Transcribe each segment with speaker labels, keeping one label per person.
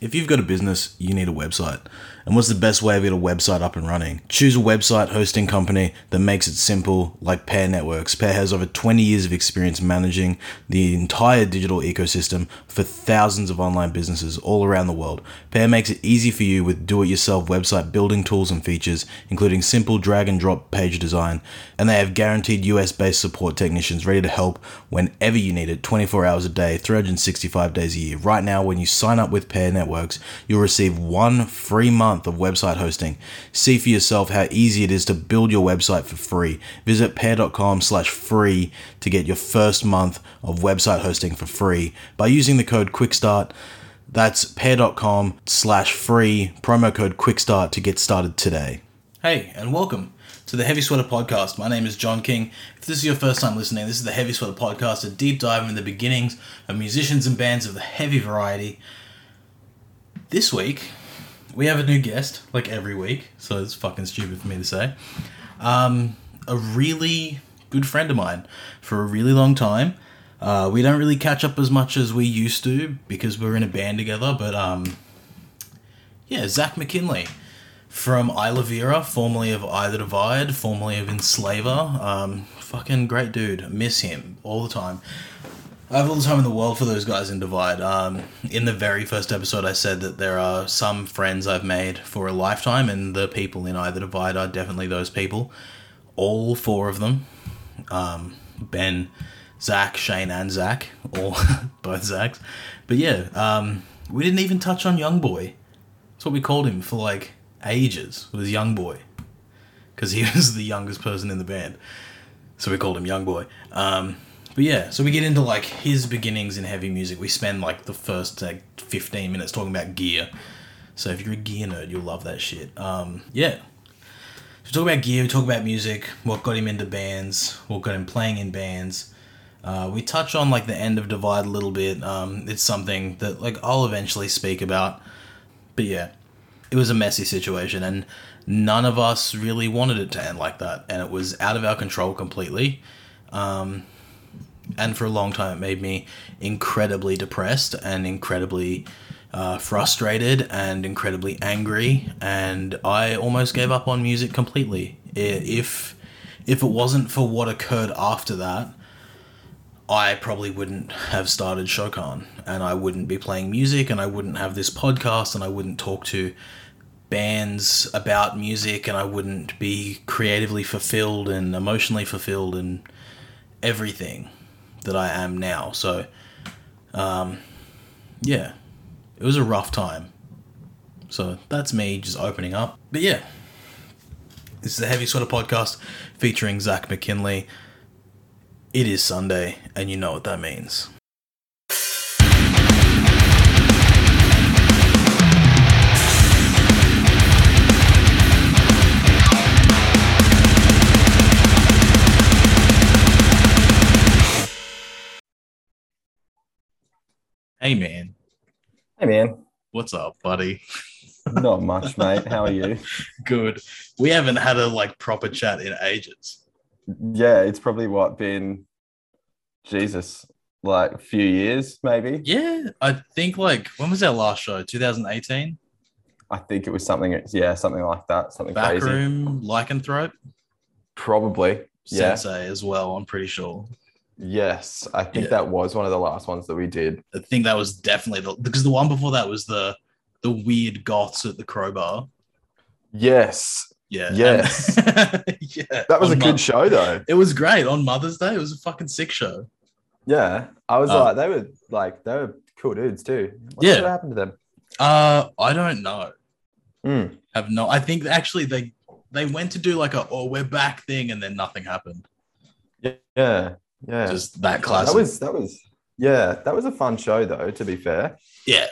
Speaker 1: If you've got a business, you need a website. And what's the best way to get a website up and running? Choose a website hosting company that makes it simple, like Pair Networks. Pair has over 20 years of experience managing the entire digital ecosystem for thousands of online businesses all around the world. Pair makes it easy for you with do it yourself website building tools and features, including simple drag and drop page design. And they have guaranteed US based support technicians ready to help whenever you need it 24 hours a day, 365 days a year. Right now, when you sign up with Pair Networks, you'll receive one free month of website hosting. See for yourself how easy it is to build your website for free. Visit pair.com slash free to get your first month of website hosting for free by using the code QUICKSTART. That's pair.com slash free, promo code QUICKSTART to get started today. Hey, and welcome to the Heavy Sweater Podcast. My name is John King. If this is your first time listening, this is the Heavy Sweater Podcast, a deep dive into the beginnings of musicians and bands of the heavy variety. This week, we have a new guest, like every week, so it's fucking stupid for me to say. Um, a really good friend of mine for a really long time. Uh, we don't really catch up as much as we used to because we were in a band together, but um, yeah, Zach McKinley from Isla Vera, formerly of Eye the Divide, formerly of Enslaver. Um, fucking great dude. Miss him all the time. I have all the time in the world for those guys in Divide. Um, in the very first episode, I said that there are some friends I've made for a lifetime, and the people in Eye the Divide are definitely those people. All four of them um, Ben, Zach, Shane, and Zach, or both Zachs. But yeah, um, we didn't even touch on Young Boy. That's what we called him for like ages. Was Young Boy, because he was the youngest person in the band, so we called him Young Boy. Um, but yeah, so we get into like his beginnings in heavy music. We spend like the first like fifteen minutes talking about gear. So if you're a gear nerd, you'll love that shit. Um, yeah, we talk about gear, we talk about music, what got him into bands, what got him playing in bands. Uh, we touch on like the end of Divide a little bit. Um, it's something that like I'll eventually speak about. But yeah, it was a messy situation, and none of us really wanted it to end like that, and it was out of our control completely. Um, and for a long time, it made me incredibly depressed and incredibly uh, frustrated and incredibly angry, and I almost gave up on music completely. I- If if it wasn't for what occurred after that, I probably wouldn't have started Shokan, and I wouldn't be playing music, and I wouldn't have this podcast, and I wouldn't talk to bands about music, and I wouldn't be creatively fulfilled and emotionally fulfilled and everything that I am now. So, um, yeah, it was a rough time. So that's me just opening up. But yeah, this is the Heavy Sweater Podcast featuring Zach McKinley. It is Sunday, and you know what that means. Hey man,
Speaker 2: Hey man,
Speaker 1: what's up, buddy?
Speaker 2: not much, mate. How are you?
Speaker 1: Good. We haven't had a like proper chat in ages.
Speaker 2: Yeah, it's probably what been Jesus, like a few years, maybe.
Speaker 1: Yeah, I think like when was our last show? 2018.
Speaker 2: I think it was something, yeah, something like that, something crazy.
Speaker 1: Backroom, Lycanthrope,
Speaker 2: Probably. Yeah.
Speaker 1: Sensei as well. I'm pretty sure.
Speaker 2: Yes, I think
Speaker 1: Yeah.
Speaker 2: that was one of the last ones that we did.
Speaker 1: I think that was definitely the because the one before that was the the weird goths at the crowbar.
Speaker 2: Yes,
Speaker 1: Yeah.
Speaker 2: Yes.
Speaker 1: And- yeah.
Speaker 2: that was
Speaker 1: on
Speaker 2: a good
Speaker 1: Mo-
Speaker 2: show though.
Speaker 1: It was great on Mother's Day. It was a fucking sick show.
Speaker 2: Yeah, I was
Speaker 1: Uh,
Speaker 2: like, they were like, they were cool dudes too. What
Speaker 1: Yeah.
Speaker 2: should happened to them?
Speaker 1: Uh, I don't know.
Speaker 2: Mm.
Speaker 1: Have no. I think actually they they went to do like a oh we're back thing and then nothing happened.
Speaker 2: Yeah, yeah.
Speaker 1: Just that classic.
Speaker 2: that was that was yeah, that was a fun show though. To be fair,
Speaker 1: yeah.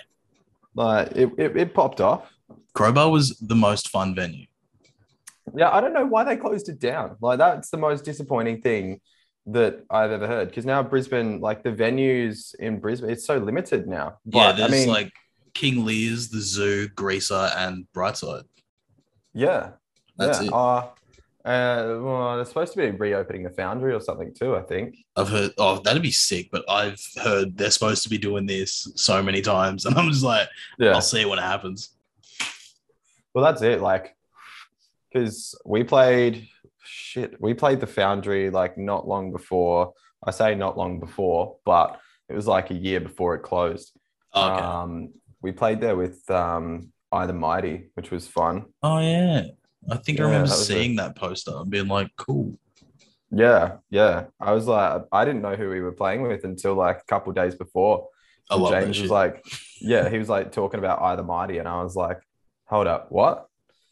Speaker 2: like it, it, it popped off.
Speaker 1: Crowbar was the most fun venue.
Speaker 2: Yeah, I don't know why they closed it down. Like that's the most disappointing thing that I've ever heard. Because now Brisbane, like the venues in Brisbane, it's so limited now.
Speaker 1: yeah,
Speaker 2: But I
Speaker 1: there's
Speaker 2: mean,
Speaker 1: like King Lear's, the Zoo, Greaser, and Brightside.
Speaker 2: yeah,
Speaker 1: That's
Speaker 2: yeah.
Speaker 1: it.
Speaker 2: Uh, Uh, well, they're supposed to be reopening the foundry or something too. I think.
Speaker 1: I've heard, oh, that'd be sick, but I've heard they're supposed to be doing this so many times. And I'm just like,
Speaker 2: Yeah.
Speaker 1: I'll see what happens.
Speaker 2: Well, that's it. Like, because we played shit. We played the Foundry like not long before. I say not long before, but it was like a year before it closed.
Speaker 1: Oh, Okay.
Speaker 2: Um, we played there with um, I the Mighty, which was fun.
Speaker 1: oh, yeah. I think
Speaker 2: Yeah,
Speaker 1: I remember
Speaker 2: that was
Speaker 1: seeing that poster and being like, cool.
Speaker 2: Yeah, yeah. I was like, I didn't know who we were playing with until like a couple days before.
Speaker 1: I love that
Speaker 2: James
Speaker 1: shit.
Speaker 2: was like, yeah, he was like talking about Either Mighty, and I was like, hold up, what?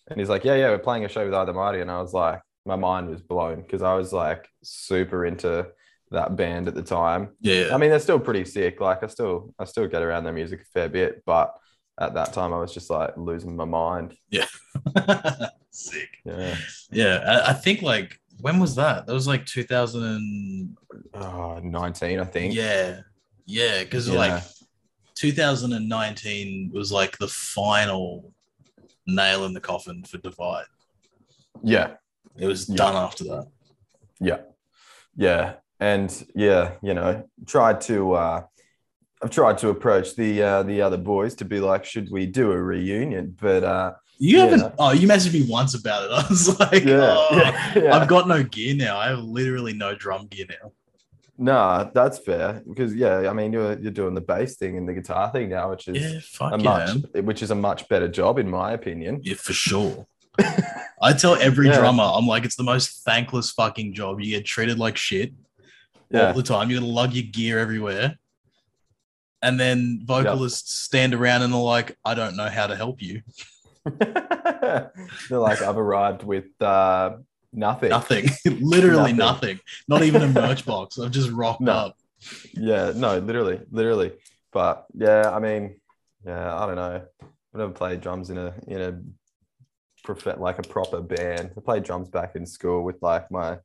Speaker 2: And he's like, yeah, yeah, we're playing a show with Either Mighty, and I was like, my mind was blown because I was like super into that band at the time.
Speaker 1: yeah.
Speaker 2: I mean, they're still pretty sick. Like, I still, I still get around their music a fair bit, but at that time, I was just like losing my mind.
Speaker 1: Sick.
Speaker 2: Yeah.
Speaker 1: Yeah, I, I think like when was that? That was like 2000. And,
Speaker 2: Oh, 19, I think.
Speaker 1: yeah, yeah, because
Speaker 2: Yeah.
Speaker 1: like 2019 was like the final nail in the coffin for Divide.
Speaker 2: Yeah.
Speaker 1: It was
Speaker 2: Yeah.
Speaker 1: done after that.
Speaker 2: Yeah. Yeah. And yeah, you know, tried to uh I've tried to approach the uh the other boys to be like, should we do a reunion? But uh
Speaker 1: You
Speaker 2: Yeah.
Speaker 1: haven't. Oh, you messaged me once about it. I was like,
Speaker 2: yeah,
Speaker 1: oh,
Speaker 2: yeah, yeah.
Speaker 1: I've got no gear now. I have literally no drum gear now.
Speaker 2: nah, that's fair. Because yeah, I mean you're you're doing the bass thing and the guitar thing now, which is
Speaker 1: Yeah, fuck
Speaker 2: a
Speaker 1: yeah,
Speaker 2: much
Speaker 1: man.
Speaker 2: which is a much better job in my opinion.
Speaker 1: Yeah, for sure. I tell every
Speaker 2: Yeah.
Speaker 1: drummer, I'm like, it's the most thankless fucking job. You get treated like shit. all
Speaker 2: Yeah.
Speaker 1: the time. You're gonna lug your gear everywhere. And then vocalists stand around and are like, I don't know how to help you.
Speaker 2: They're like, I've arrived with uh nothing.
Speaker 1: Nothing. Literally
Speaker 2: Nothing.
Speaker 1: nothing. Not even a merch box. I've just rocked
Speaker 2: No.
Speaker 1: up.
Speaker 2: Yeah, no, literally, literally. But yeah, I mean, yeah, I don't know. I've never played drums in a in a prof- like a proper band. I played drums back in school with like my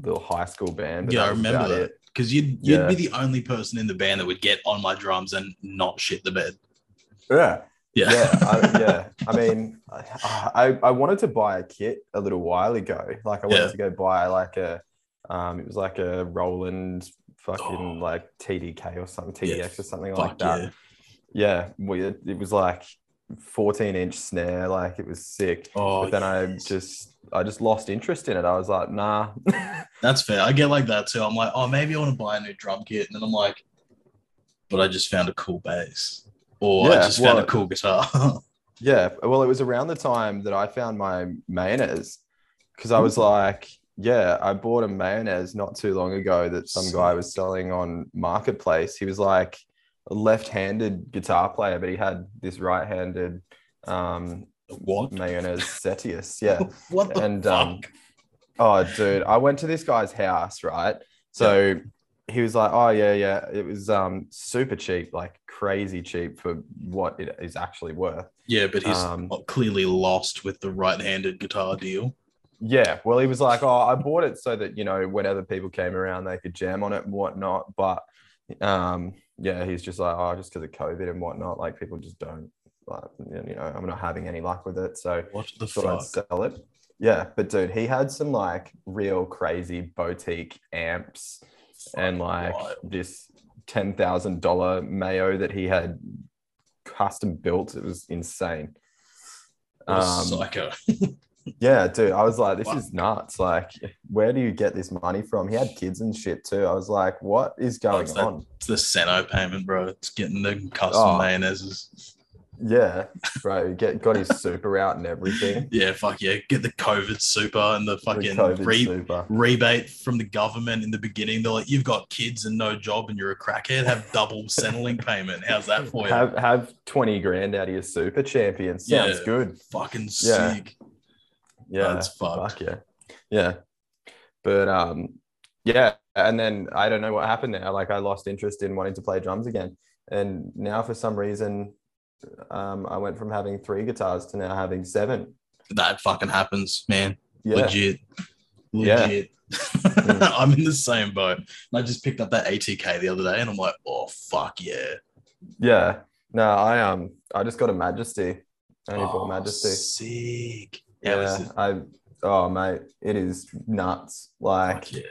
Speaker 2: little high school band. but
Speaker 1: Yeah, I
Speaker 2: was
Speaker 1: remember
Speaker 2: about
Speaker 1: that.
Speaker 2: it.
Speaker 1: Because you'd you'd
Speaker 2: Yeah.
Speaker 1: be the only person in the band that would get on my drums and not shit the bed.
Speaker 2: Yeah,
Speaker 1: Yeah.
Speaker 2: yeah, I, yeah. I mean, I, I I wanted to buy a kit a little while ago. Like I wanted
Speaker 1: Yeah.
Speaker 2: to go buy like a, um, it was like a Roland
Speaker 1: Oh.
Speaker 2: fucking like TDK or something, TDX or something
Speaker 1: Fuck
Speaker 2: like that.
Speaker 1: yeah.
Speaker 2: yeah, we, it, it was like 14 inch snare, like it was sick.
Speaker 1: Oh
Speaker 2: but then I
Speaker 1: yes.
Speaker 2: just I just lost interest in it. I was like, nah.
Speaker 1: That's fair. I get like that too. I'm like, oh, maybe I want to buy a new drum kit. And then I'm like, but I just found a cool bass. Or I
Speaker 2: Yeah,
Speaker 1: just found
Speaker 2: well-
Speaker 1: a cool guitar.
Speaker 2: yeah. Well, it was around the time that I found my mayonnaise because I was like, yeah, I bought a mayonnaise not too long ago that some guy was selling on marketplace. He was like a left-handed guitar player, but he had this right-handed um,
Speaker 1: what?
Speaker 2: mayonnaise setius. Yeah.
Speaker 1: What the
Speaker 2: and
Speaker 1: fuck?
Speaker 2: um oh dude i went to this guy's house right so he was like oh yeah yeah it was um super cheap like crazy cheap for what it is actually worth
Speaker 1: yeah, but he's
Speaker 2: um,
Speaker 1: clearly lost with the right-handed guitar deal.
Speaker 2: yeah well he was like oh i bought it so that you know whenever people came around they could jam on it and whatnot but um yeah he's just like oh just because of covid and whatnot like people just don't like you know i'm not having any luck with it so
Speaker 1: What the
Speaker 2: thought I'd
Speaker 1: fuck?
Speaker 2: sell it. Yeah, but dude, he had some like real crazy boutique amps and like
Speaker 1: wild.
Speaker 2: this ten thousand dollar Mayo that he had custom built. It was insane.
Speaker 1: What a
Speaker 2: Um,
Speaker 1: psycho.
Speaker 2: yeah, dude, I was like, this
Speaker 1: Wow.
Speaker 2: is nuts. Like, where do you get this money from? He had kids and shit too. I was like, what is going
Speaker 1: That's that-
Speaker 2: on?
Speaker 1: It's the Seno payment, bro. It's getting the custom
Speaker 2: Oh.
Speaker 1: mayonnaises.
Speaker 2: Yeah, bro, get got his super out and everything.
Speaker 1: Yeah, fuck yeah. Get the COVID super and the
Speaker 2: The
Speaker 1: fucking
Speaker 2: COVID
Speaker 1: re-
Speaker 2: super.
Speaker 1: rebate from the government in the beginning. They're like, you've got kids and no job and you're a crackhead. Have double Centrelink payment. How's that for you?
Speaker 2: Have have twenty grand out of your super champion. Sounds
Speaker 1: Yeah.
Speaker 2: good.
Speaker 1: Fucking
Speaker 2: Yeah.
Speaker 1: sick.
Speaker 2: Yeah,
Speaker 1: That's fucked.
Speaker 2: fuck yeah, yeah. But um, yeah, and then I don't know what happened there. Like I lost interest in wanting to play drums again, and now for some reason, um, I went from having three guitars to now having seven.
Speaker 1: That fucking happens, man.
Speaker 2: Yeah,
Speaker 1: Legit. Legit. I'm in the same boat. And I just picked up that ATK the other day and I'm like, oh, fuck yeah.
Speaker 2: yeah. No, I um, I just got a Majesty. I only
Speaker 1: oh,
Speaker 2: bought Majesty.
Speaker 1: Sick. How is
Speaker 2: Yeah,
Speaker 1: it?
Speaker 2: I oh mate, it is nuts. Like
Speaker 1: Fuck yeah.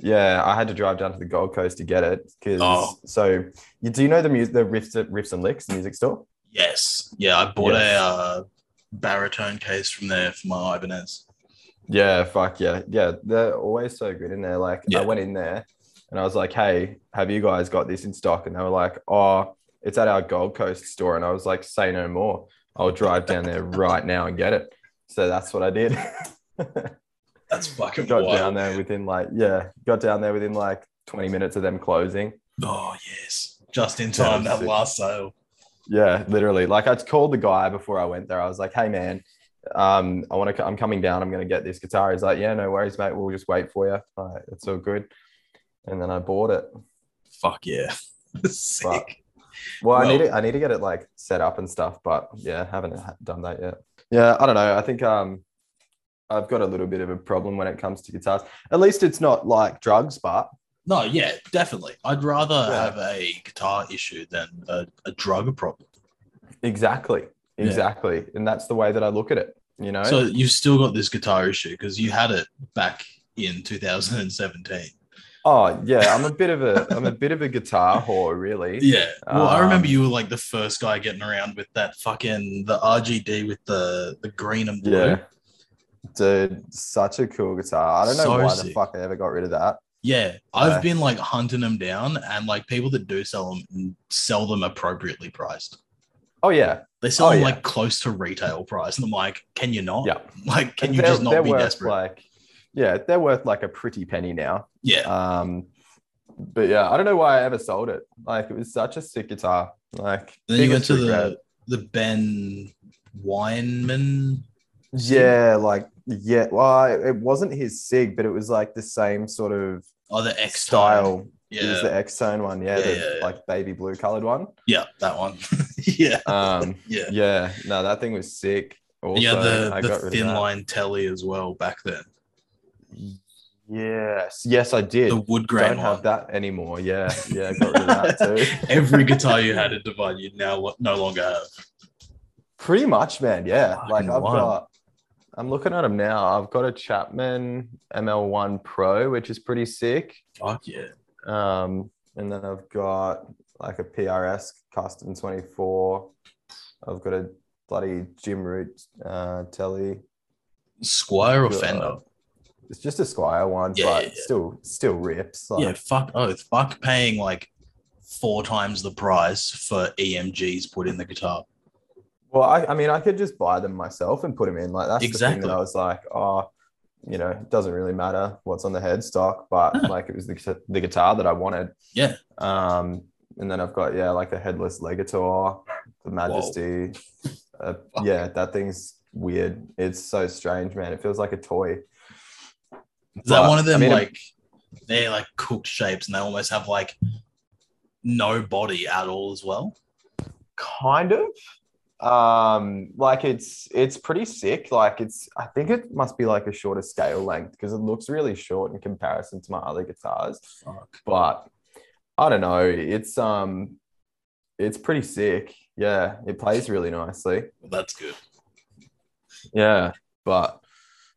Speaker 2: Yeah, I had to drive down to the Gold Coast to get it because.
Speaker 1: Oh.
Speaker 2: So, you, do you know the music, the riffs, at riffs and licks music store?
Speaker 1: Yes. Yeah, I bought
Speaker 2: Yes.
Speaker 1: a uh, baritone case from there for my Ibanez.
Speaker 2: Yeah, fuck yeah, yeah. They're always so good in there. Like
Speaker 1: Yeah.
Speaker 2: I went in there and I was like, "Hey, have you guys got this in stock?" And they were like, "Oh, it's at our Gold Coast store." And I was like, "Say no more. I'll drive down there right now and get it." So that's what I did.
Speaker 1: That's fucking
Speaker 2: got
Speaker 1: wild.
Speaker 2: down there within like yeah, got down there within like twenty minutes of them closing.
Speaker 1: Oh yes, just in
Speaker 2: That
Speaker 1: time.
Speaker 2: was
Speaker 1: That
Speaker 2: sick.
Speaker 1: last sale.
Speaker 2: Yeah, literally. Like I called the guy before I went there. I was like, "Hey, man, um, I want to. I'm coming down. I'm going to get this guitar." He's like, "Yeah, no worries, mate. We'll just wait for you. Like, it's all good." And then I bought it.
Speaker 1: Fuck yeah. Sick.
Speaker 2: Fuck. Well, I
Speaker 1: Well-
Speaker 2: need to, I need to get it like set up and stuff, but yeah, haven't ha- done that yet. Yeah, I don't know. I think um, I've got a little bit of a problem when it comes to guitars. At least it's not like drugs, but
Speaker 1: No, yeah, definitely. I'd rather
Speaker 2: Yeah.
Speaker 1: have a guitar issue than a, a drug problem.
Speaker 2: exactly,
Speaker 1: Yeah.
Speaker 2: exactly, and that's the way that I look at it. You know.
Speaker 1: So you've still got this guitar issue because you had it back in 2017.
Speaker 2: oh yeah, I'm a bit of a I'm a bit of a guitar whore, really.
Speaker 1: Yeah. Well, I remember
Speaker 2: Um,
Speaker 1: you were like the first guy getting around with that fucking the RGD with the the green and blue.
Speaker 2: Yeah. Dude, such a cool guitar. I don't know
Speaker 1: So
Speaker 2: why the
Speaker 1: sick.
Speaker 2: fuck I ever got rid of that.
Speaker 1: Yeah, I've
Speaker 2: Yeah.
Speaker 1: been like hunting them down, and like people that do sell them sell them appropriately priced.
Speaker 2: Oh yeah.
Speaker 1: They sell
Speaker 2: Oh,
Speaker 1: them
Speaker 2: yeah.
Speaker 1: like close to retail price, and I'm like, can you not?
Speaker 2: Yeah.
Speaker 1: Like, can
Speaker 2: And
Speaker 1: you
Speaker 2: they're-
Speaker 1: just
Speaker 2: they're
Speaker 1: not be
Speaker 2: worth
Speaker 1: desperate?
Speaker 2: Like yeah, they're worth like a pretty penny now.
Speaker 1: yeah,
Speaker 2: Um but yeah, I don't know why I ever sold it. Like it was such a sick guitar. Like
Speaker 1: Then you went
Speaker 2: biggest
Speaker 1: to
Speaker 2: regret.
Speaker 1: the the Ben Weinman.
Speaker 2: Yeah, like yeah. Well, it- it wasn't his sig, but it was like the same sort of
Speaker 1: Oh, the X
Speaker 2: style. It
Speaker 1: Yeah,
Speaker 2: was the X Tone one, yeah,
Speaker 1: Yeah,
Speaker 2: the
Speaker 1: yeah, yeah.
Speaker 2: like baby blue colored one.
Speaker 1: yeah, that one. yeah,
Speaker 2: Um
Speaker 1: yeah.
Speaker 2: yeah, no, that thing was sick. Also,
Speaker 1: yeah,
Speaker 2: I
Speaker 1: the,
Speaker 2: got
Speaker 1: the
Speaker 2: rid of
Speaker 1: thin
Speaker 2: that.
Speaker 1: line telly as well back then.
Speaker 2: Yes, yes, I did.
Speaker 1: The wood grain
Speaker 2: Don't
Speaker 1: one.
Speaker 2: have that anymore. Yeah, yeah, got rid of that too.
Speaker 1: Every guitar you had in Divine, you now lo- no longer have.
Speaker 2: Pretty much, man. Yeah,
Speaker 1: Fucking
Speaker 2: like I've
Speaker 1: wild.
Speaker 2: got. I'm looking at them now. I've got a Chapman ML1 Pro, which is pretty sick.
Speaker 1: Fuck yeah.
Speaker 2: Um, and then I've got like a PRS Custom 24. I've got a bloody Jim Root uh, telly.
Speaker 1: Squire or
Speaker 2: Yeah.
Speaker 1: Fender?
Speaker 2: It's just a Squire one,
Speaker 1: Yeah,
Speaker 2: but
Speaker 1: yeah, yeah.
Speaker 2: still, still rips. Like,
Speaker 1: Yeah, fuck oath. Fuck paying like four times the price for EMGs put in the guitar.
Speaker 2: Well, I, I mean, I could just buy them myself and put them in. Like that's the thing
Speaker 1: Exactly.
Speaker 2: that I was like, oh, you know, it doesn't really matter what's on the headstock, but
Speaker 1: No.
Speaker 2: like it was the, the guitar that I wanted.
Speaker 1: Yeah.
Speaker 2: Um, and then I've got yeah, like the headless Legator, the Majesty. Uh,
Speaker 1: Fuck.
Speaker 2: yeah, that thing's weird. It's so strange, man. It feels like a toy.
Speaker 1: Is that
Speaker 2: But,
Speaker 1: one of
Speaker 2: I
Speaker 1: them
Speaker 2: mean, it-
Speaker 1: like they're like cooked shapes and they almost have like no body at all as well?
Speaker 2: kind of um like it's it's pretty sick like it's i think it must be like a shorter scale length because it looks really short in comparison to my other guitars
Speaker 1: Fuck.
Speaker 2: but i don't know it's um it's pretty sick yeah it plays really nicely
Speaker 1: Well, that's good.
Speaker 2: yeah but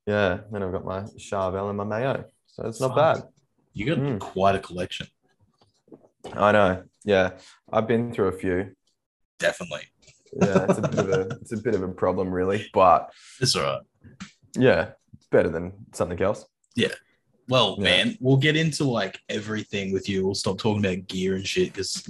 Speaker 2: yeah then i've got my charvel and my mayo so it's not
Speaker 1: Fuck.
Speaker 2: bad
Speaker 1: You got
Speaker 2: Mm.
Speaker 1: quite a collection.
Speaker 2: i know yeah i've been through a few
Speaker 1: Definitely.
Speaker 2: yeah it's a bit of a it's a bit of a problem really but
Speaker 1: It's all right.
Speaker 2: Yeah, better than something else.
Speaker 1: Well,
Speaker 2: Yeah.
Speaker 1: man, we'll get into like everything with you. We'll stop talking about gear and shit because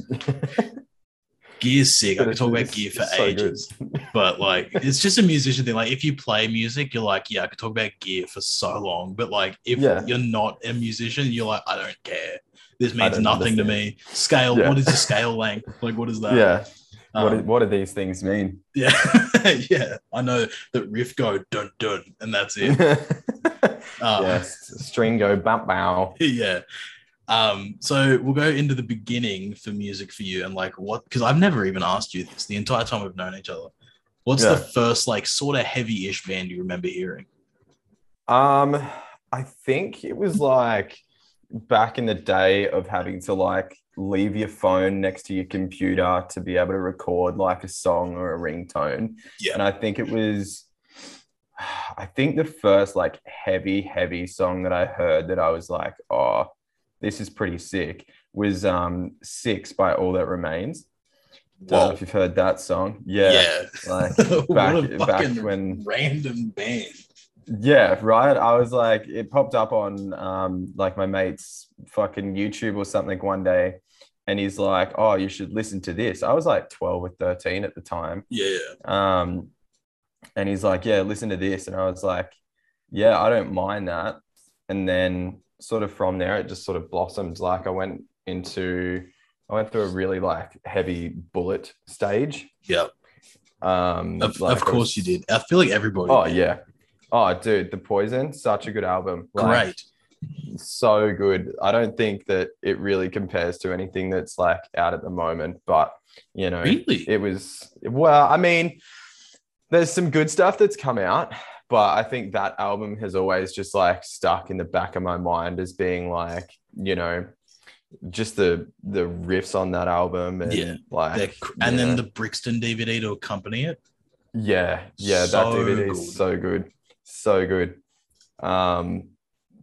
Speaker 1: gear's sick. I could talk about
Speaker 2: It's-
Speaker 1: gear for
Speaker 2: it's so good.
Speaker 1: ages. but like it's just a musician thing. Like if you play music, you're like, yeah, I could talk about gear for so long. But like if
Speaker 2: Yeah.
Speaker 1: you're not a musician, you're like, I don't care. This
Speaker 2: I
Speaker 1: means
Speaker 2: don't
Speaker 1: nothing to
Speaker 2: understand.
Speaker 1: me. Scale.
Speaker 2: Yeah.
Speaker 1: What is a scale length? Like what is that?
Speaker 2: Yeah. what,
Speaker 1: Um,
Speaker 2: do, what do these things mean?
Speaker 1: yeah. yeah. I know that riff go dun dun and that's it. Um,
Speaker 2: yes. String go bump bow.
Speaker 1: yeah. Um, so we'll go into the beginning for music for you and like what because I've never even asked you this the entire time we've known each other. What's the
Speaker 2: Yeah.
Speaker 1: first like sort of heavy-ish band you remember hearing?
Speaker 2: Um, I think it was like back in the day of having to like leave your phone next to your computer to be able to record like a song or a ringtone.
Speaker 1: Yeah.
Speaker 2: And I think it was I think the first like heavy, heavy song that I heard that I was like, oh, this is pretty sick was um Six by All That Remains. Don't know
Speaker 1: Whoa.
Speaker 2: if you've heard that song. Yeah.
Speaker 1: Yeah.
Speaker 2: Like
Speaker 1: what a
Speaker 2: back- back
Speaker 1: fucking
Speaker 2: when-
Speaker 1: random band.
Speaker 2: Yeah, right. I was like, it popped up on um like my mate's fucking YouTube or something one day. And he's like, Oh, you should listen to this. I was like 12 or 13 at the time.
Speaker 1: Yeah. yeah.
Speaker 2: Um, and he's like, Yeah, listen to this. And I was like, Yeah, I don't mind that. And then sort of from there, it just sort of blossomed. Like I went into, I went through a really like heavy bullet stage.
Speaker 1: Yeah.
Speaker 2: Um,
Speaker 1: Of,
Speaker 2: like,
Speaker 1: of
Speaker 2: I
Speaker 1: course
Speaker 2: was-
Speaker 1: you did. I feel like everybody.
Speaker 2: Oh
Speaker 1: did.
Speaker 2: yeah. Oh dude, The Poison, such a good album. Like,
Speaker 1: Great.
Speaker 2: So good. I don't think that it really compares to anything that's like out at the moment, but you know,
Speaker 1: Really?
Speaker 2: it was well i mean there's some good stuff that's come out but i think that album has always just like stuck in the back of my mind as being like you know just the the riffs on that album and
Speaker 1: Yeah.
Speaker 2: like
Speaker 1: They're cr- and
Speaker 2: yeah.
Speaker 1: then the Brixton DVD to accompany it.
Speaker 2: yeah yeah
Speaker 1: So
Speaker 2: that dvd
Speaker 1: good.
Speaker 2: is so good so good um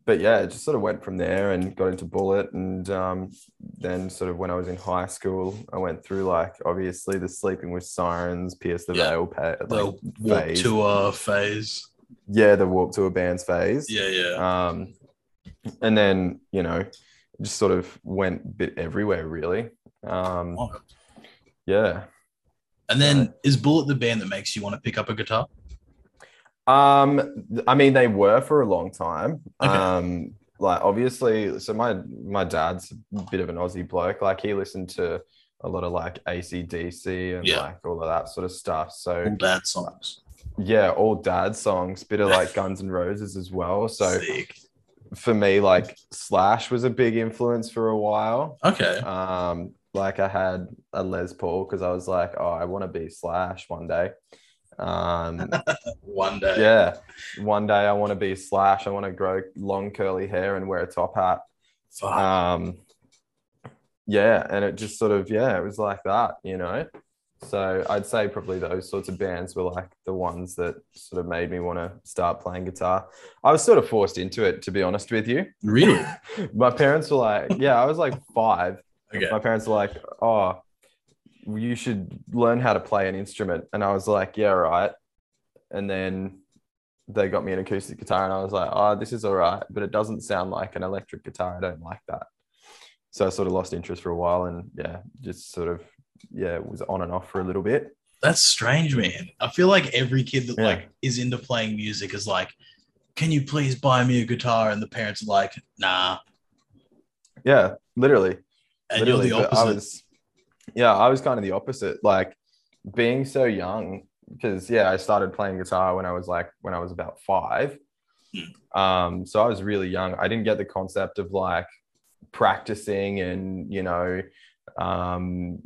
Speaker 2: but yeah it just sort of went from there and got into bullet and um then sort of when i was in high school i went through like obviously the sleeping with sirens pierce the
Speaker 1: Yeah.
Speaker 2: veil pa- like,
Speaker 1: The warp
Speaker 2: phase.
Speaker 1: tour phase.
Speaker 2: yeah the warp tour bands phase
Speaker 1: Yeah, yeah.
Speaker 2: um and then you know just sort of went a bit everywhere really um
Speaker 1: Wow.
Speaker 2: yeah
Speaker 1: And then
Speaker 2: Right.
Speaker 1: is Bullet the band that makes you want to pick up a guitar?
Speaker 2: Um, th- I mean, they were for a long time.
Speaker 1: Okay.
Speaker 2: Um, like obviously, so my my dad's a bit of an Aussie bloke. Like he listened to a lot of like ACDC and
Speaker 1: Yeah.
Speaker 2: like all of that sort of stuff.
Speaker 1: All
Speaker 2: So
Speaker 1: dad songs.
Speaker 2: yeah, all dad songs, bit of like Guns and Roses as well. So
Speaker 1: Sick.
Speaker 2: for me, like Slash was a big influence for a while.
Speaker 1: Okay.
Speaker 2: Um, like I had a Les Paul because I was like, oh, I want to be Slash one day. Um,
Speaker 1: One day.
Speaker 2: yeah. One day I want to be slash. I want to grow long curly hair and wear a top hat.
Speaker 1: Fuck.
Speaker 2: Um, yeah, and it just sort of yeah, it was like that, you know. So I'd say probably those sorts of bands were like the ones that sort of made me want to start playing guitar. I was sort of forced into it, to be honest with you.
Speaker 1: Really?
Speaker 2: My parents were like, yeah, I was like five,
Speaker 1: Okay.
Speaker 2: my parents were like, "Oh, you should learn how to play an instrument," and I was like, "Yeah, right." And then they got me an acoustic guitar, and I was like, "Oh, this is all right, but it doesn't sound like an electric guitar. I don't like that." So I sort of lost interest for a while, and yeah, just sort of yeah, it was on and off for a little bit.
Speaker 1: That's strange, man. I feel like every kid that
Speaker 2: Yeah.
Speaker 1: like is into playing music is like, can you please buy me a guitar? And the parents are like, nah.
Speaker 2: Yeah, literally.
Speaker 1: And
Speaker 2: Literally,
Speaker 1: you're the
Speaker 2: but I
Speaker 1: opposite.
Speaker 2: was, yeah, I was kind of the opposite. Like being so young, because yeah, I started playing guitar when I was like when I was about five.
Speaker 1: Hmm.
Speaker 2: Um, so I was really young. I didn't get the concept of like practicing and you know, um,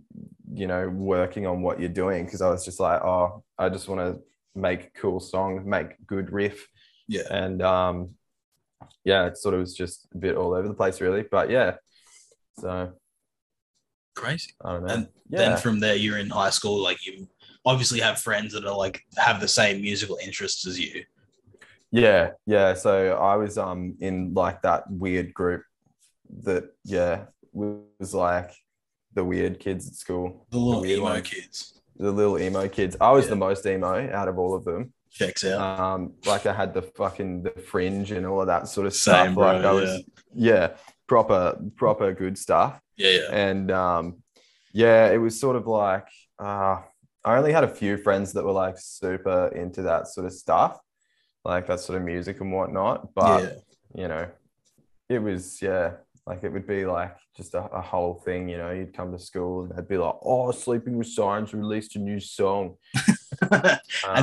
Speaker 2: you know, working on what you're doing because I was just like, oh, I just want to make cool songs, make good riff,
Speaker 1: yeah.
Speaker 2: and um, yeah, it sort of was just a bit all over the place really. But yeah, so.
Speaker 1: Crazy.
Speaker 2: I don't know.
Speaker 1: And
Speaker 2: yeah.
Speaker 1: Then from there, you're in high school. Like you obviously have friends that are like have the same musical interests as you.
Speaker 2: yeah, yeah. So I was um in like that weird group that yeah was like the weird kids at school,
Speaker 1: The little
Speaker 2: weird
Speaker 1: emo
Speaker 2: ones.
Speaker 1: kids.
Speaker 2: the little emo kids. I was
Speaker 1: Yeah.
Speaker 2: the most emo out of all of them.
Speaker 1: Checks out.
Speaker 2: Um, like I had the fucking the fringe and all of that sort of
Speaker 1: Same,
Speaker 2: stuff.
Speaker 1: bro,
Speaker 2: like I was yeah, proper proper good stuff.
Speaker 1: yeah, yeah.
Speaker 2: and um, yeah, it was sort of like uh, I only had a few friends that were like super into that sort of stuff, like that sort of music and whatnot. But
Speaker 1: yeah.
Speaker 2: you know, it was yeah, like it would be like just a, a whole thing. You know, you'd come to school and they'd be like, "Oh, Sleeping with Sirens released a new song,"
Speaker 1: and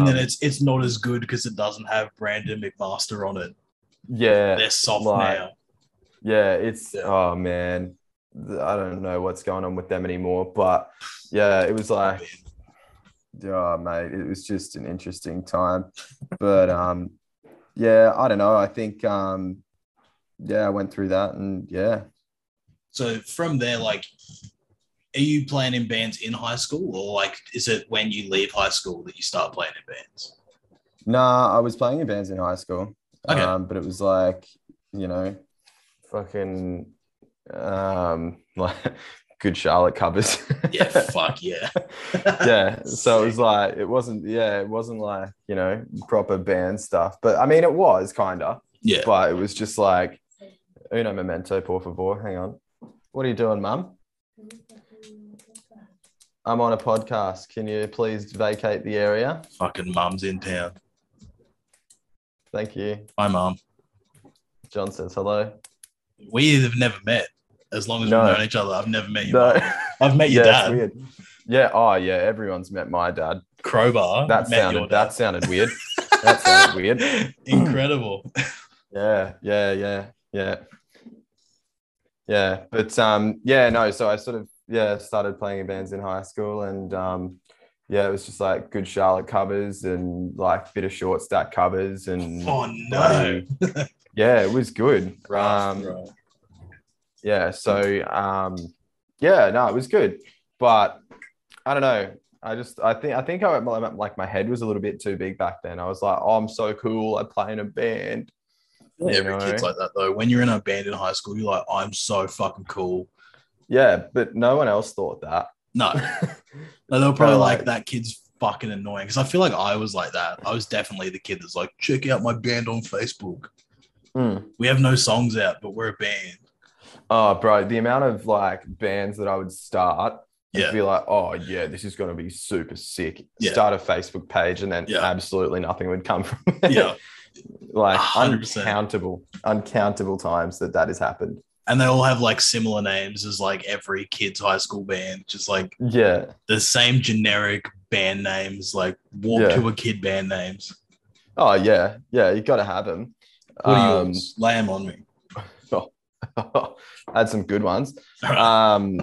Speaker 1: then
Speaker 2: Um,
Speaker 1: it's it's not as good because it doesn't have Brandon McMaster on it.
Speaker 2: yeah,
Speaker 1: They're soft
Speaker 2: like-
Speaker 1: now.
Speaker 2: Yeah, it's
Speaker 1: Yeah.
Speaker 2: oh man, Th- I don't know what's going on with them anymore, but yeah, it was like, oh mate, it was just an interesting time. But um, yeah, I don't know. I think um, yeah, I went through that, and yeah,
Speaker 1: So from there, like, are you playing in bands in high school, or like, is it when you leave high school that you start playing in bands?
Speaker 2: Nah, I was playing in bands in high school.
Speaker 1: Okay.
Speaker 2: Um, but it was like, you know, fucking um like good Charlotte covers.
Speaker 1: Yeah, fuck yeah.
Speaker 2: yeah. So it was like it wasn't yeah, it wasn't like, you know, proper band stuff. But I mean it was kinda.
Speaker 1: Yeah.
Speaker 2: But it was just like Uno Memento, por favor. Hang on. What are you doing, Mum? I'm on a podcast. Can you please vacate the area?
Speaker 1: Fucking mum's in town.
Speaker 2: Thank you.
Speaker 1: Hi, mum.
Speaker 2: John says hello.
Speaker 1: We have never met. As long as
Speaker 2: No.
Speaker 1: we've known each other, I've never met you.
Speaker 2: No.
Speaker 1: I've met your
Speaker 2: yeah, it's
Speaker 1: dad.
Speaker 2: weird. Yeah, oh yeah, everyone's met my dad.
Speaker 1: Crowbar.
Speaker 2: That
Speaker 1: met your
Speaker 2: sounded that
Speaker 1: dad.
Speaker 2: sounded weird. that sounded weird.
Speaker 1: Incredible.
Speaker 2: Yeah, yeah, yeah, yeah. Yeah, but um yeah, no, so I sort of yeah, started playing in bands in high school and um yeah, it was just like good Charlotte covers and like bit of short stack covers and
Speaker 1: Oh no.
Speaker 2: bloody- yeah, it was good.
Speaker 1: Rough,
Speaker 2: Um,
Speaker 1: bro.
Speaker 2: yeah so um yeah no it was good but i don't know i just i think i think i my- like my head was a little bit too big back then i was like oh i'm so cool i play in a band
Speaker 1: Yeah, Every
Speaker 2: know.
Speaker 1: kid's like that though. When you're in a band in high school, you're like, I'm so fucking cool.
Speaker 2: yeah but no one else thought that
Speaker 1: No, no they were probably
Speaker 2: No,
Speaker 1: like,
Speaker 2: like-
Speaker 1: that kid's fucking annoying. Because I feel like I was like that. I was definitely the kid that's like, check out my band on Facebook.
Speaker 2: Mm.
Speaker 1: We have no songs out, but we're a band.
Speaker 2: oh bro the amount of like bands that i would start and
Speaker 1: Yeah.
Speaker 2: be like oh yeah this is going to be super sick
Speaker 1: Yeah.
Speaker 2: start a facebook page and then
Speaker 1: Yeah.
Speaker 2: absolutely nothing would come from it
Speaker 1: Yeah.
Speaker 2: like
Speaker 1: 100%.
Speaker 2: uncountable uncountable times that that has happened
Speaker 1: And they all have like similar names as like every kid's high school band, just like
Speaker 2: yeah
Speaker 1: the same generic band names, like walk
Speaker 2: Yeah.
Speaker 1: to a kid band names.
Speaker 2: Oh yeah, yeah, you got to have them.
Speaker 1: What are
Speaker 2: Um,
Speaker 1: yours? Lay 'em on me.
Speaker 2: I had some good ones.
Speaker 1: All right.
Speaker 2: Um,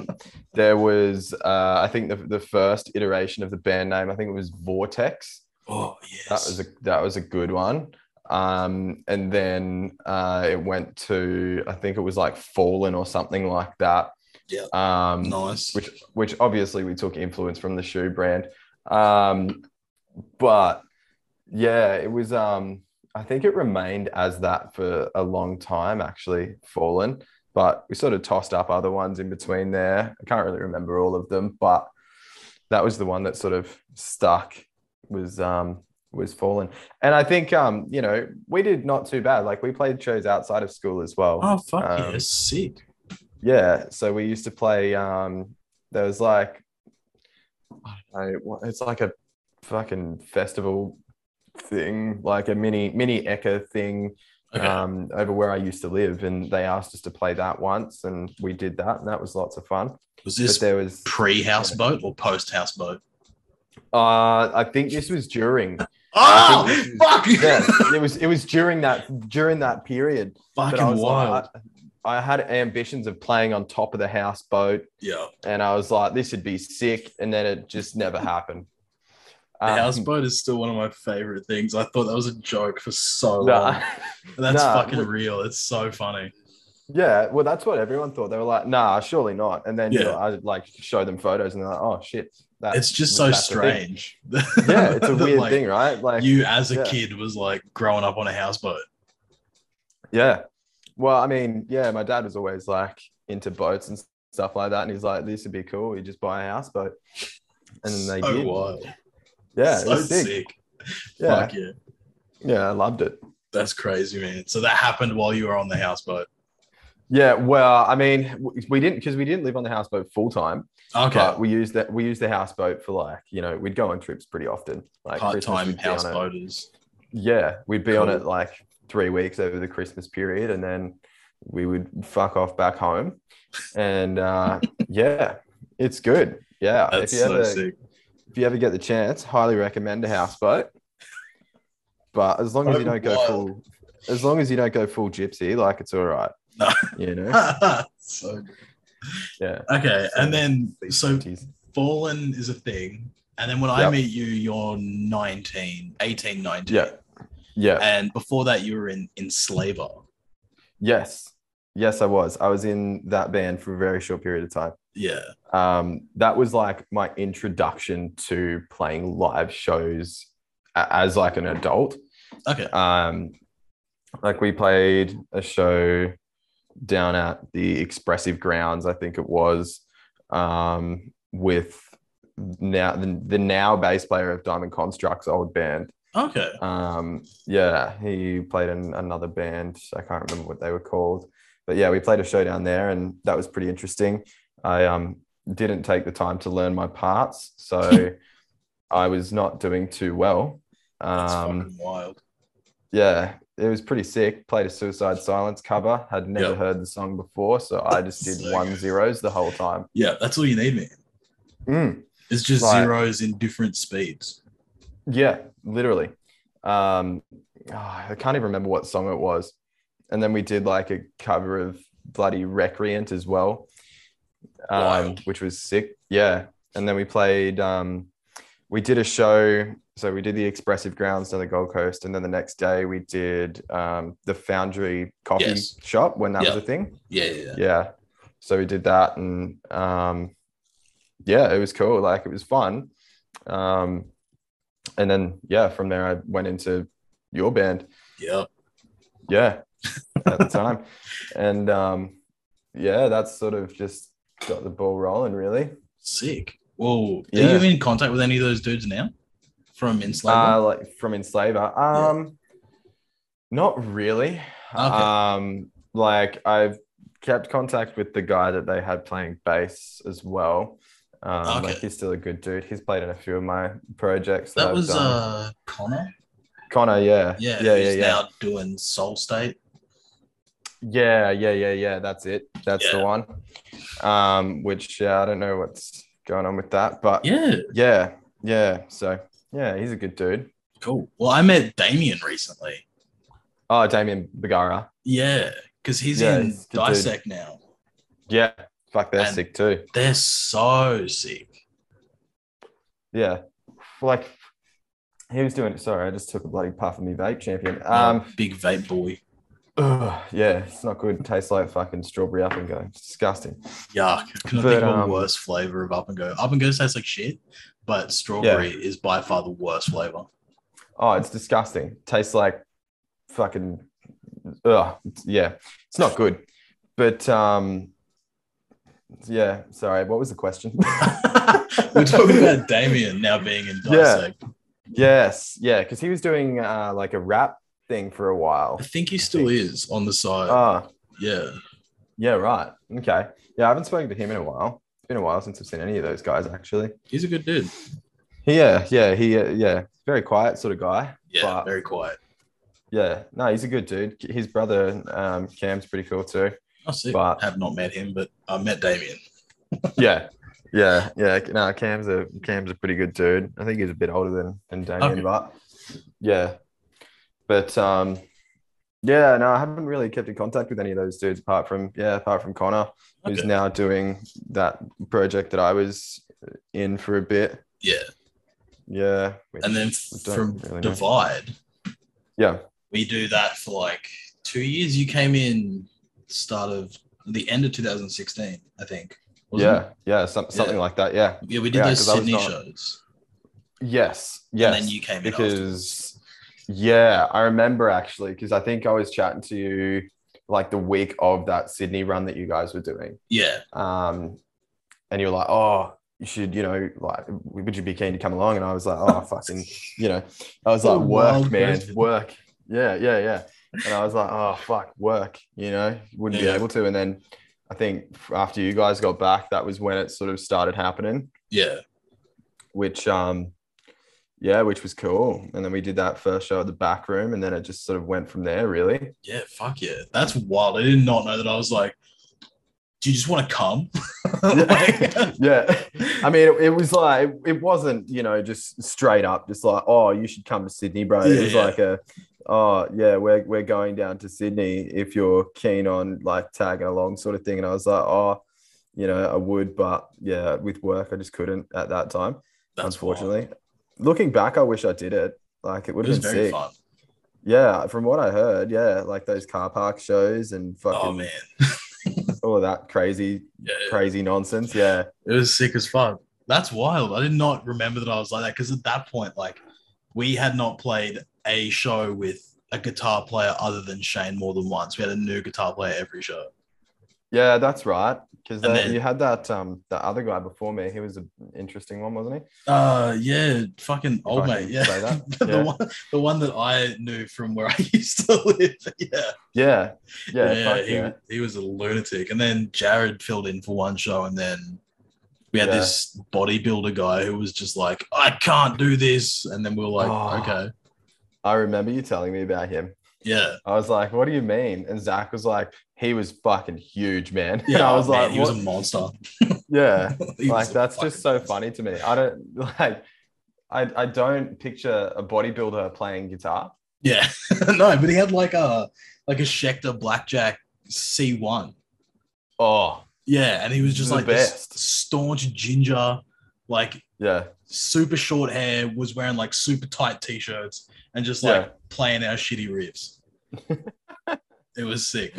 Speaker 2: there was, uh, I think the, the first iteration of the band name. I think it was Vortex.
Speaker 1: oh
Speaker 2: That
Speaker 1: yes.
Speaker 2: was a that was a good one. Um, and then uh, it went to I think it was like Fallen or something like that.
Speaker 1: Yeah.
Speaker 2: Um,
Speaker 1: nice.
Speaker 2: which which obviously we took influence from the shoe brand um but yeah it was um i think it remained as that for a long time actually fallen but we sort of tossed up other ones in between there i can't really remember all of them but that was the one that sort of stuck was um was fallen and i think um you know we did not too bad like we played shows outside of school as well
Speaker 1: oh fuck
Speaker 2: um,
Speaker 1: yeah, sick.
Speaker 2: yeah, so we used to play. Um, there was like, I don't know, what- it's like a fucking festival thing, like a mini mini Eka thing
Speaker 1: Okay.
Speaker 2: um, over where I used to live, and they asked us to play that once, and we did that, and that was lots of fun.
Speaker 1: was
Speaker 2: But
Speaker 1: this
Speaker 2: there was,
Speaker 1: pre houseboat or post houseboat?
Speaker 2: uh, I think this was during.
Speaker 1: Oh
Speaker 2: I think
Speaker 1: fuck!
Speaker 2: Yeah, it was it was during that during that period. But
Speaker 1: Fucking
Speaker 2: I
Speaker 1: wild.
Speaker 2: was like, I, I had ambitions of playing on top of the houseboat.
Speaker 1: yeah.
Speaker 2: and I was like, this would be sick. And then it just never happened.
Speaker 1: The
Speaker 2: Um,
Speaker 1: houseboat is still one of my favorite things. I thought that was a joke for so long.
Speaker 2: nah.
Speaker 1: And that's
Speaker 2: nah,
Speaker 1: fucking
Speaker 2: we-
Speaker 1: real. It's so funny.
Speaker 2: yeah, well, that's what everyone thought. They were like, nah, surely not. And then you
Speaker 1: Yeah.
Speaker 2: know, I like show them photos and they're like, oh shit. That,
Speaker 1: It's just so
Speaker 2: that's the thing.
Speaker 1: strange.
Speaker 2: Yeah, it's a
Speaker 1: That,
Speaker 2: weird
Speaker 1: like,
Speaker 2: thing, right? Like,
Speaker 1: You as a
Speaker 2: yeah.
Speaker 1: kid was like growing up on a houseboat.
Speaker 2: yeah. Well, I mean, yeah, my dad was always like into boats and stuff like that. And he's like, this would be cool. You just buy a houseboat. And then they
Speaker 1: so
Speaker 2: did.
Speaker 1: wild.
Speaker 2: Yeah, it
Speaker 1: so
Speaker 2: was sick.
Speaker 1: sick.
Speaker 2: Yeah.
Speaker 1: Fuck yeah.
Speaker 2: yeah, I loved it.
Speaker 1: That's crazy, man. So that happened while you were on the houseboat.
Speaker 2: Yeah, well, I mean, w- we didn't because we didn't live on the houseboat full time.
Speaker 1: Okay.
Speaker 2: But we used that we used the houseboat for like, you know, we'd go on trips pretty often. Like
Speaker 1: Part time
Speaker 2: we'd be on it.
Speaker 1: houseboaters.
Speaker 2: Yeah. We'd be on
Speaker 1: Cool.
Speaker 2: it like three weeks over the Christmas period and then we would fuck off back home. And uh yeah, it's good. Yeah.
Speaker 1: That's
Speaker 2: if you
Speaker 1: so
Speaker 2: ever
Speaker 1: sick.
Speaker 2: if you ever get the chance, highly recommend a houseboat. But as long as you
Speaker 1: Go
Speaker 2: don't go
Speaker 1: wild.
Speaker 2: full as long as you don't go full gypsy, like it's all right.
Speaker 1: No.
Speaker 2: You know?
Speaker 1: so good.
Speaker 2: Yeah.
Speaker 1: Okay. And then, so
Speaker 2: Gypsies.
Speaker 1: Fallen is a thing. And then when I
Speaker 2: Yep.
Speaker 1: meet you, you're 19, 18, 19.
Speaker 2: Yeah. Yeah.
Speaker 1: And before that, you were in Enslaver.
Speaker 2: Yes. Yes, I was. I was in that band for a very short period of time.
Speaker 1: Yeah.
Speaker 2: Um, that was like my introduction to playing live shows a- as like an adult.
Speaker 1: Okay.
Speaker 2: Um, like we played a show down at the Expressive Grounds, I think it was, um, with now the, the now bass player of Diamond Construct's old band.
Speaker 1: Okay.
Speaker 2: Um, yeah, he played in another band. I can't remember what they were called, but yeah, we played a show down there, and that was pretty interesting. I um, didn't take the time to learn my parts, so I was not doing too well.
Speaker 1: That's
Speaker 2: Um,
Speaker 1: fucking wild.
Speaker 2: yeah, it was pretty sick. Played a Suicide Silence cover. Had never
Speaker 1: Yep.
Speaker 2: heard the song before, so I just did
Speaker 1: So
Speaker 2: one
Speaker 1: good.
Speaker 2: zeros the whole time.
Speaker 1: Yeah, that's all you need, man.
Speaker 2: Mm.
Speaker 1: It's just
Speaker 2: Right.
Speaker 1: zeros in different speeds.
Speaker 2: Yeah, literally. Um, ah, I can't even remember what song it was. And then we did like a cover of Bloody Recreant as well, um,
Speaker 1: Wild.
Speaker 2: which was sick. Yeah. And then we played, um, we did a show. So we did the Expressive Grounds down the Gold Coast. And then the next day we did um, the Foundry Coffee
Speaker 1: Yes.
Speaker 2: Shop when that
Speaker 1: Yeah.
Speaker 2: was a thing
Speaker 1: Yeah, yeah, yeah.
Speaker 2: yeah so we did that and um yeah it was cool like it was fun um and then yeah from there i went into your band
Speaker 1: yeah.
Speaker 2: yeah at the time and um yeah that's sort of just got the ball rolling really
Speaker 1: Sick. Whoa.
Speaker 2: Yeah.
Speaker 1: Are you in contact with any of those dudes now? From Inslaver?
Speaker 2: uh like from enslaver um not really um like i've kept contact with the guy that they had playing bass as well um
Speaker 1: Okay.
Speaker 2: like he's still a good dude he's played in a few of my projects that,
Speaker 1: that
Speaker 2: I've
Speaker 1: was
Speaker 2: done.
Speaker 1: uh Connor.
Speaker 2: connor yeah
Speaker 1: Yeah,
Speaker 2: yeah yeah
Speaker 1: who's
Speaker 2: yeah.
Speaker 1: now doing Soul State.
Speaker 2: yeah yeah yeah yeah that's it that's the
Speaker 1: Yeah.
Speaker 2: one um which yeah, i don't know what's going on with that but yeah
Speaker 1: Yeah,
Speaker 2: yeah, so yeah he's a good dude
Speaker 1: cool. Well, I met Damien recently.
Speaker 2: oh damien bagara
Speaker 1: Yeah, because he's
Speaker 2: Yeah,
Speaker 1: in
Speaker 2: he's a good dude.
Speaker 1: Dissect now.
Speaker 2: yeah fuck they're
Speaker 1: And-
Speaker 2: sick too
Speaker 1: They're so sick.
Speaker 2: yeah like he was doing it sorry i just took a bloody puff of me vape champion um
Speaker 1: Um, big vape boy.
Speaker 2: Ugh, yeah, it's not good. tastes like fucking strawberry up and go. It's disgusting.
Speaker 1: Yuck. I couldn't
Speaker 2: But,
Speaker 1: think of a
Speaker 2: um,
Speaker 1: worse flavor of Up and Go. Up and Go tastes like shit, but strawberry is by far the worst flavor.
Speaker 2: Oh, it's disgusting. Tastes like fucking. Ugh, it's- yeah, it's not good. But um, yeah. Sorry, what was the question?
Speaker 1: We're talking about Damien now being in
Speaker 2: Yeah.
Speaker 1: Dissect.
Speaker 2: yes, yeah, because he was doing uh, like a rap thing for a while.
Speaker 1: I think he still is on the side.
Speaker 2: Oh,
Speaker 1: yeah.
Speaker 2: yeah, right. Okay. Yeah, I haven't spoken to him in a while. It's been a while since I've seen any of those guys actually.
Speaker 1: He's a good dude.
Speaker 2: Yeah, yeah, he, uh, yeah, very quiet sort of guy.
Speaker 1: Yeah,
Speaker 2: But-
Speaker 1: very quiet.
Speaker 2: Yeah, no, he's a good dude. His brother um, Cam's pretty cool too.
Speaker 1: I see.
Speaker 2: But-
Speaker 1: have not met him, but I met Damien.
Speaker 2: Yeah, yeah, yeah. No, Cam's a Cam's a pretty good dude. I think he's a bit older than than Damien,
Speaker 1: Okay.
Speaker 2: but yeah, but um, yeah. No, I haven't really kept in contact with any of those dudes apart from yeah, apart from Connor, who's
Speaker 1: Okay.
Speaker 2: now doing that project that I was in for a bit.
Speaker 1: Yeah.
Speaker 2: Yeah, which
Speaker 1: And then
Speaker 2: I don't
Speaker 1: from
Speaker 2: really know.
Speaker 1: Divide,
Speaker 2: yeah,
Speaker 1: we do that for like two years. You came in start of the end of 2016, I think. wasn't
Speaker 2: yeah, yeah, some, something
Speaker 1: Yeah.
Speaker 2: like that. Yeah,
Speaker 1: it? Yeah, we did
Speaker 2: Yeah,
Speaker 1: those
Speaker 2: 'cause I was
Speaker 1: Sydney
Speaker 2: not-
Speaker 1: shows.
Speaker 2: yes, yes.
Speaker 1: And then you came in after.
Speaker 2: because yeah i remember actually because i think i was chatting to you like the week of that sydney run that you guys were doing
Speaker 1: Yeah.
Speaker 2: um and you were like oh you should you know like would you be keen to come along and i was like oh fucking you know i was like
Speaker 1: What a
Speaker 2: work
Speaker 1: wild
Speaker 2: man
Speaker 1: question.
Speaker 2: work yeah yeah yeah and i was like oh fuck work you know wouldn't
Speaker 1: Yeah.
Speaker 2: be able to and then i think after you guys got back that was when it sort of started happening
Speaker 1: Yeah.
Speaker 2: which um yeah which was cool and then we did that first show at the back room and then it just sort of went from there really
Speaker 1: Yeah. Fuck yeah. That's wild. I did not know that I was like, do you just want to come? Oh
Speaker 2: yeah, yeah. i mean it, it was like it, wasn't you know just straight up just like oh you should come to sydney bro
Speaker 1: Yeah,
Speaker 2: it was
Speaker 1: yeah.
Speaker 2: like a oh yeah we're, we're going down to sydney if you're keen on like tagging along sort of thing and i was like oh you know i would but yeah with work i just couldn't at that time
Speaker 1: That's wild.
Speaker 2: unfortunately looking back i wish i did it like it would
Speaker 1: It
Speaker 2: have
Speaker 1: was
Speaker 2: been
Speaker 1: very
Speaker 2: sick
Speaker 1: fun.
Speaker 2: Yeah, from what I heard, yeah, like those car park shows and
Speaker 1: Oh
Speaker 2: fucking
Speaker 1: man.
Speaker 2: all of that crazy,
Speaker 1: Yeah.
Speaker 2: crazy nonsense. Yeah,
Speaker 1: It was sick as fuck. That's wild. I did not remember that I was like that because at that point, like we had not played a show with a guitar player other than Shane more than once. We had a new guitar player every show.
Speaker 2: Yeah, that's right. Because
Speaker 1: And then-
Speaker 2: you had that um that other guy before me. He was an interesting one, wasn't he?
Speaker 1: Uh, yeah, fucking old
Speaker 2: I
Speaker 1: Oh, mate.
Speaker 2: can
Speaker 1: Yeah,
Speaker 2: say that,
Speaker 1: the
Speaker 2: yeah.
Speaker 1: one, the one that I knew from where I used to live. Yeah,
Speaker 2: Yeah, yeah,
Speaker 1: yeah,
Speaker 2: fuck
Speaker 1: he,
Speaker 2: yeah.
Speaker 1: he was a lunatic. And then Jared filled in for one show, and then we had
Speaker 2: Yeah.
Speaker 1: this bodybuilder guy who was just like, "I can't do this," and then we were like,
Speaker 2: Oh.
Speaker 1: "Okay,
Speaker 2: I remember you telling me about him.
Speaker 1: yeah,
Speaker 2: I was like, "What do you mean?" And Zach was like, "He was fucking huge, man."
Speaker 1: yeah."
Speaker 2: and I was
Speaker 1: man,
Speaker 2: like,
Speaker 1: "He
Speaker 2: what?
Speaker 1: was a monster."
Speaker 2: "Yeah,
Speaker 1: He was
Speaker 2: like
Speaker 1: a
Speaker 2: that's
Speaker 1: fucking
Speaker 2: just so
Speaker 1: monster.
Speaker 2: funny to me. I don't like, I I don't picture a bodybuilder playing guitar.
Speaker 1: Yeah, no, but he had like a like a Schecter blackjack C one.
Speaker 2: Oh,
Speaker 1: Yeah, and he was just
Speaker 2: The
Speaker 1: like this
Speaker 2: best.
Speaker 1: staunch ginger, like
Speaker 2: yeah,
Speaker 1: super short hair, was wearing like super tight t-shirts and just
Speaker 2: Yeah.
Speaker 1: like playing our shitty riffs. it was sick.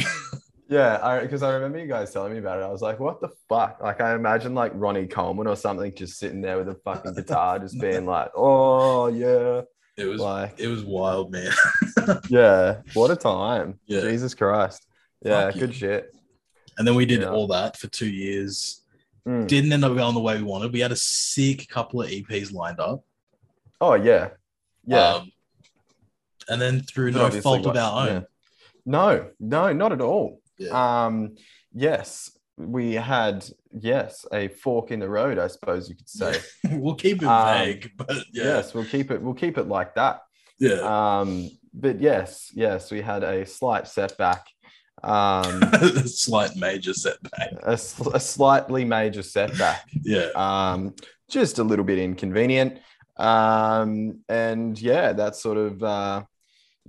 Speaker 2: yeah. I because I remember you guys telling me about it. I was like, "What the fuck?" Like I imagine like Ronnie Coleman or something just sitting there with a fucking guitar, just being like, "Oh yeah,
Speaker 1: It was
Speaker 2: like
Speaker 1: it was wild, man.
Speaker 2: yeah, what a time."
Speaker 1: Yeah.
Speaker 2: Jesus Christ. Yeah,
Speaker 1: Fuck yeah.
Speaker 2: good shit.
Speaker 1: And then we did
Speaker 2: Yeah.
Speaker 1: all that for two years.
Speaker 2: Mm.
Speaker 1: Didn't end up going the way we wanted. We had a sick couple of EPs lined up.
Speaker 2: Oh yeah, yeah.
Speaker 1: Um, and then through
Speaker 2: But
Speaker 1: no
Speaker 2: obviously
Speaker 1: fault
Speaker 2: got-
Speaker 1: of our
Speaker 2: yeah.
Speaker 1: own.
Speaker 2: No, no, not at all.
Speaker 1: Yeah.
Speaker 2: Um, yes, we had yes a fork in the road, I suppose you could say.
Speaker 1: we'll keep it
Speaker 2: Um,
Speaker 1: vague, but yeah.
Speaker 2: Yes, we'll keep it. We'll keep it like that.
Speaker 1: Yeah.
Speaker 2: Um, but yes, yes, we had a slight setback, um,
Speaker 1: Slight major setback.
Speaker 2: a, sl- a slightly major setback.
Speaker 1: Yeah.
Speaker 2: um, just a little bit inconvenient. Um, and yeah, that sort of, uh,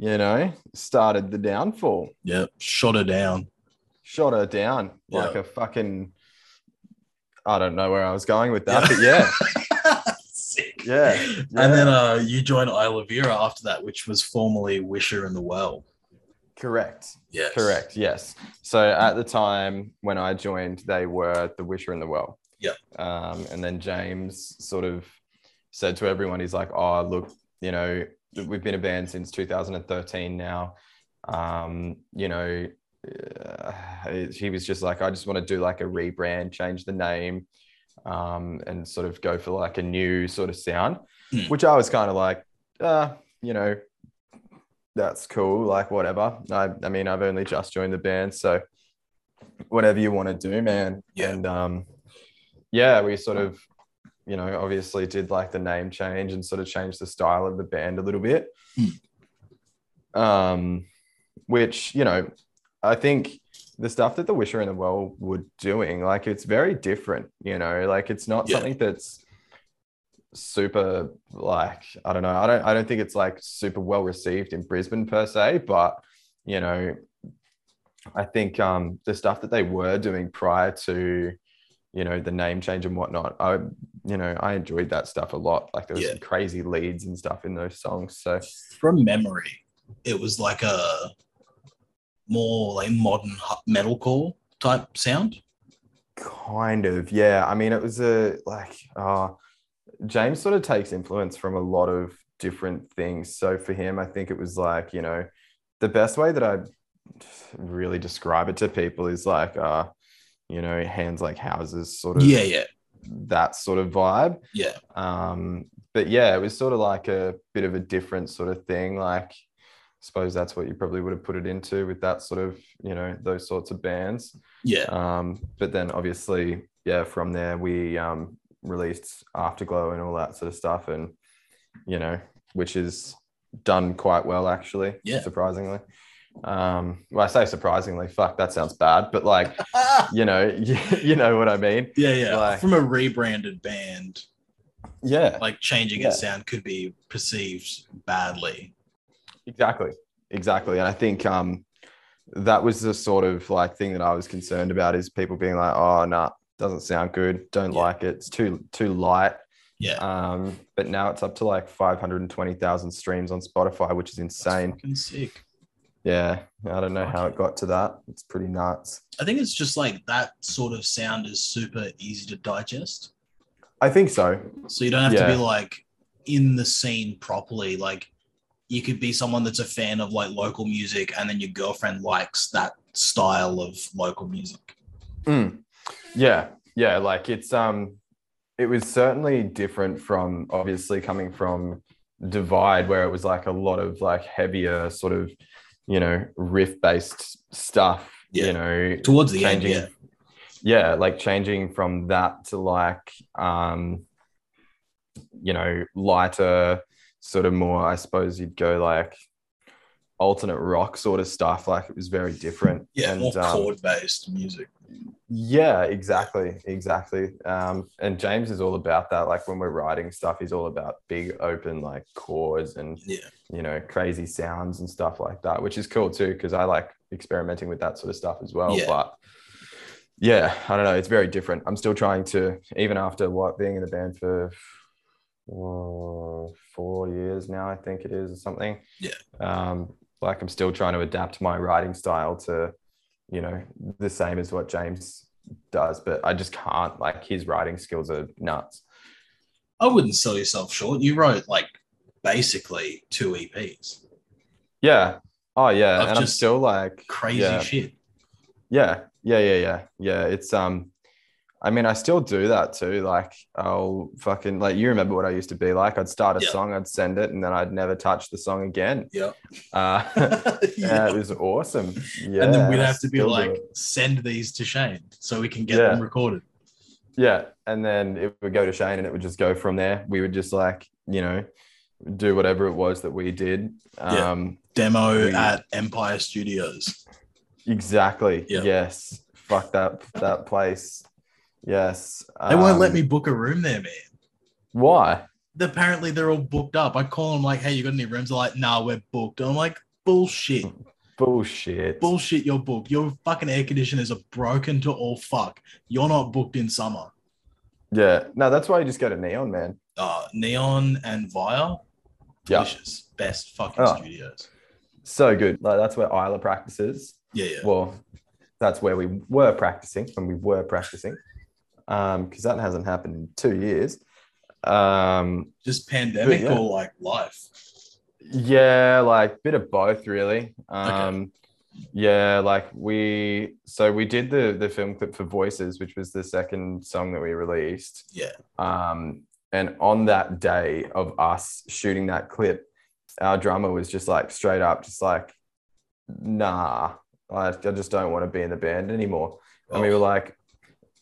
Speaker 2: you know, started the downfall,
Speaker 1: Yeah. Shot her down.
Speaker 2: shot her down
Speaker 1: Yeah.
Speaker 2: like a fucking. I don't know where I was going with that,
Speaker 1: Yeah.
Speaker 2: but yeah,
Speaker 1: Sick.
Speaker 2: yeah, yeah.
Speaker 1: And then uh, you joined Isla Vera after that, which was formerly Wisher in the Well.
Speaker 2: correct,
Speaker 1: Yes.
Speaker 2: correct, yes. So at the time when I joined, they were the Wisher in the Well.
Speaker 1: Yeah.
Speaker 2: Um, and then James sort of said to everyone, he's like, "Oh, look, you know, we've been a band since 2013 now. Um, you know, uh, he was just like, I just want to do like a rebrand, change the name, um, and sort of go for like a new sort of sound,
Speaker 1: Hmm.
Speaker 2: which I was kind of like, uh, you know, that's cool, like whatever. I, I mean, I've only just joined the band, so whatever you want to do, man.
Speaker 1: Yeah.
Speaker 2: And um, yeah, we sort of you know, obviously did like the name change and sort of changed the style of the band a little bit.
Speaker 1: Hmm.
Speaker 2: Um, which, you know, I think the stuff that the Wisher and the Well were doing, like it's very different, you know, like it's not
Speaker 1: Yeah.
Speaker 2: something that's super like, I don't know, I don't I don't think it's like super well received in Brisbane per se, but you know, I think um the stuff that they were doing prior to you know the name change and whatnot i you know i enjoyed that stuff a lot like there was
Speaker 1: Yeah.
Speaker 2: some crazy leads and stuff in those songs so
Speaker 1: From memory, it was like a more like modern hu- metalcore type sound.
Speaker 2: kind of yeah i mean it was a like uh james sort of takes influence from a lot of different things so for him i think it was like you know the best way that i really describe it to people is like uh you know hands like houses sort of
Speaker 1: Yeah. Yeah.
Speaker 2: that sort of vibe
Speaker 1: Yeah.
Speaker 2: um but yeah it was sort of like a bit of a different sort of thing like I suppose that's what you probably would have put it into with that sort of you know those sorts of bands
Speaker 1: Yeah.
Speaker 2: um but then obviously yeah from there we um released afterglow and all that sort of stuff and you know which is done quite well actually
Speaker 1: Yeah.
Speaker 2: surprisingly um well i say surprisingly fuck that sounds bad but like you know you, you know what i mean
Speaker 1: yeah. Yeah.
Speaker 2: Like-
Speaker 1: From a rebranded band,
Speaker 2: yeah
Speaker 1: like changing
Speaker 2: Yeah.
Speaker 1: its sound could be perceived badly.
Speaker 2: Exactly. Exactly. And I think um that was the sort of like thing that I was concerned about is people being like, oh nah, doesn't sound good, don't
Speaker 1: Yeah.
Speaker 2: like it, it's too too light.
Speaker 1: Yeah.
Speaker 2: Um, but now it's up to like five hundred and twenty thousand streams on Spotify, which is insane.
Speaker 1: Fucking sick.
Speaker 2: Yeah. I don't know how it got to that. It's pretty nuts.
Speaker 1: I think it's just like that sort of sound is super easy to digest.
Speaker 2: I think so.
Speaker 1: So you don't have
Speaker 2: Yeah.
Speaker 1: to be like in the scene properly, like you could be someone that's a fan of like local music, and then your girlfriend likes that style of local music.
Speaker 2: Mm. Yeah, yeah. Like it's um, it was certainly different from obviously coming from Divide, where it was like a lot of like heavier sort of, you know, riff based stuff.
Speaker 1: Yeah.
Speaker 2: You know,
Speaker 1: Towards the
Speaker 2: changing,
Speaker 1: end,
Speaker 2: yeah, like changing from that to like, um, you know, lighter, sort of more. I suppose you'd go like alternate rock sort of stuff. Like it was very different.
Speaker 1: yeah, yeah,
Speaker 2: And,
Speaker 1: more
Speaker 2: um,
Speaker 1: chord based music.
Speaker 2: yeah, exactly, exactly. Um, and James is all about that. Like when we're writing stuff, he's all about big open like chords and
Speaker 1: Yeah,
Speaker 2: you know crazy sounds and stuff like that, which is cool too because I like experimenting with that sort of stuff as well.
Speaker 1: Yeah.
Speaker 2: But yeah, I don't know. It's very different. I'm still trying to even after what being in the band for whoa, four years now, I think it is or something.
Speaker 1: Yeah.
Speaker 2: Um, like I'm still trying to adapt my writing style to you know the same as what James does, but I just can't. Like his writing skills are nuts.
Speaker 1: I wouldn't sell yourself short. You wrote like basically two E EPs,
Speaker 2: Yeah. Oh yeah,
Speaker 1: I've
Speaker 2: and I'm
Speaker 1: just-
Speaker 2: still like
Speaker 1: crazy
Speaker 2: yeah.
Speaker 1: shit.
Speaker 2: Yeah, yeah, yeah, yeah, yeah. It's um, I mean, I still do that too. Like, I'll fucking like you remember what I used to be like. I'd start a
Speaker 1: Yeah.
Speaker 2: song, I'd send it, and then I'd never touch the song again.
Speaker 1: Yeah.
Speaker 2: Uh, yeah, it was awesome. Yeah,
Speaker 1: and then we'd
Speaker 2: I
Speaker 1: have to be
Speaker 2: still do
Speaker 1: like,
Speaker 2: it.
Speaker 1: send these to Shane so we can get
Speaker 2: Yeah.
Speaker 1: them recorded.
Speaker 2: yeah, and then it would go to Shane, and it would just go from there. We would just like, you know, do whatever it was that we did.
Speaker 1: Yeah.
Speaker 2: Um,
Speaker 1: Demo
Speaker 2: We-
Speaker 1: at Empire Studios.
Speaker 2: exactly.
Speaker 1: Yeah.
Speaker 2: Yes. Fuck that that place. Yes.
Speaker 1: They won't let
Speaker 2: Um,
Speaker 1: me book a room there, man.
Speaker 2: Why?
Speaker 1: Apparently, they're all booked up. I call them like, hey, you got any rooms? They're like, nah, we're booked. I'm like, bullshit.
Speaker 2: Bullshit.
Speaker 1: Bullshit, you're booked. Your fucking air conditioners are broken to all fuck. You're not booked in summer.
Speaker 2: Yeah. No, that's why you just go to Neon, man.
Speaker 1: Uh, Neon and Via.
Speaker 2: Yeah.
Speaker 1: Delicious. Best fucking
Speaker 2: Oh.
Speaker 1: studios.
Speaker 2: So good. Like that's where Isla practices.
Speaker 1: Yeah, yeah.
Speaker 2: Well, that's where we were practicing when we were practicing. Um, because that hasn't happened in two years. Um,
Speaker 1: Just pandemic
Speaker 2: yeah.
Speaker 1: or like life.
Speaker 2: yeah, like bit of both really. Um yeah, like we so we did the the film clip for Voices, which was the second song that we released.
Speaker 1: Yeah.
Speaker 2: Um, and on that day of us shooting that clip, our drummer was just like straight up, just like, nah, I, I just don't want to be in the band anymore. And
Speaker 1: Oh.
Speaker 2: we were like,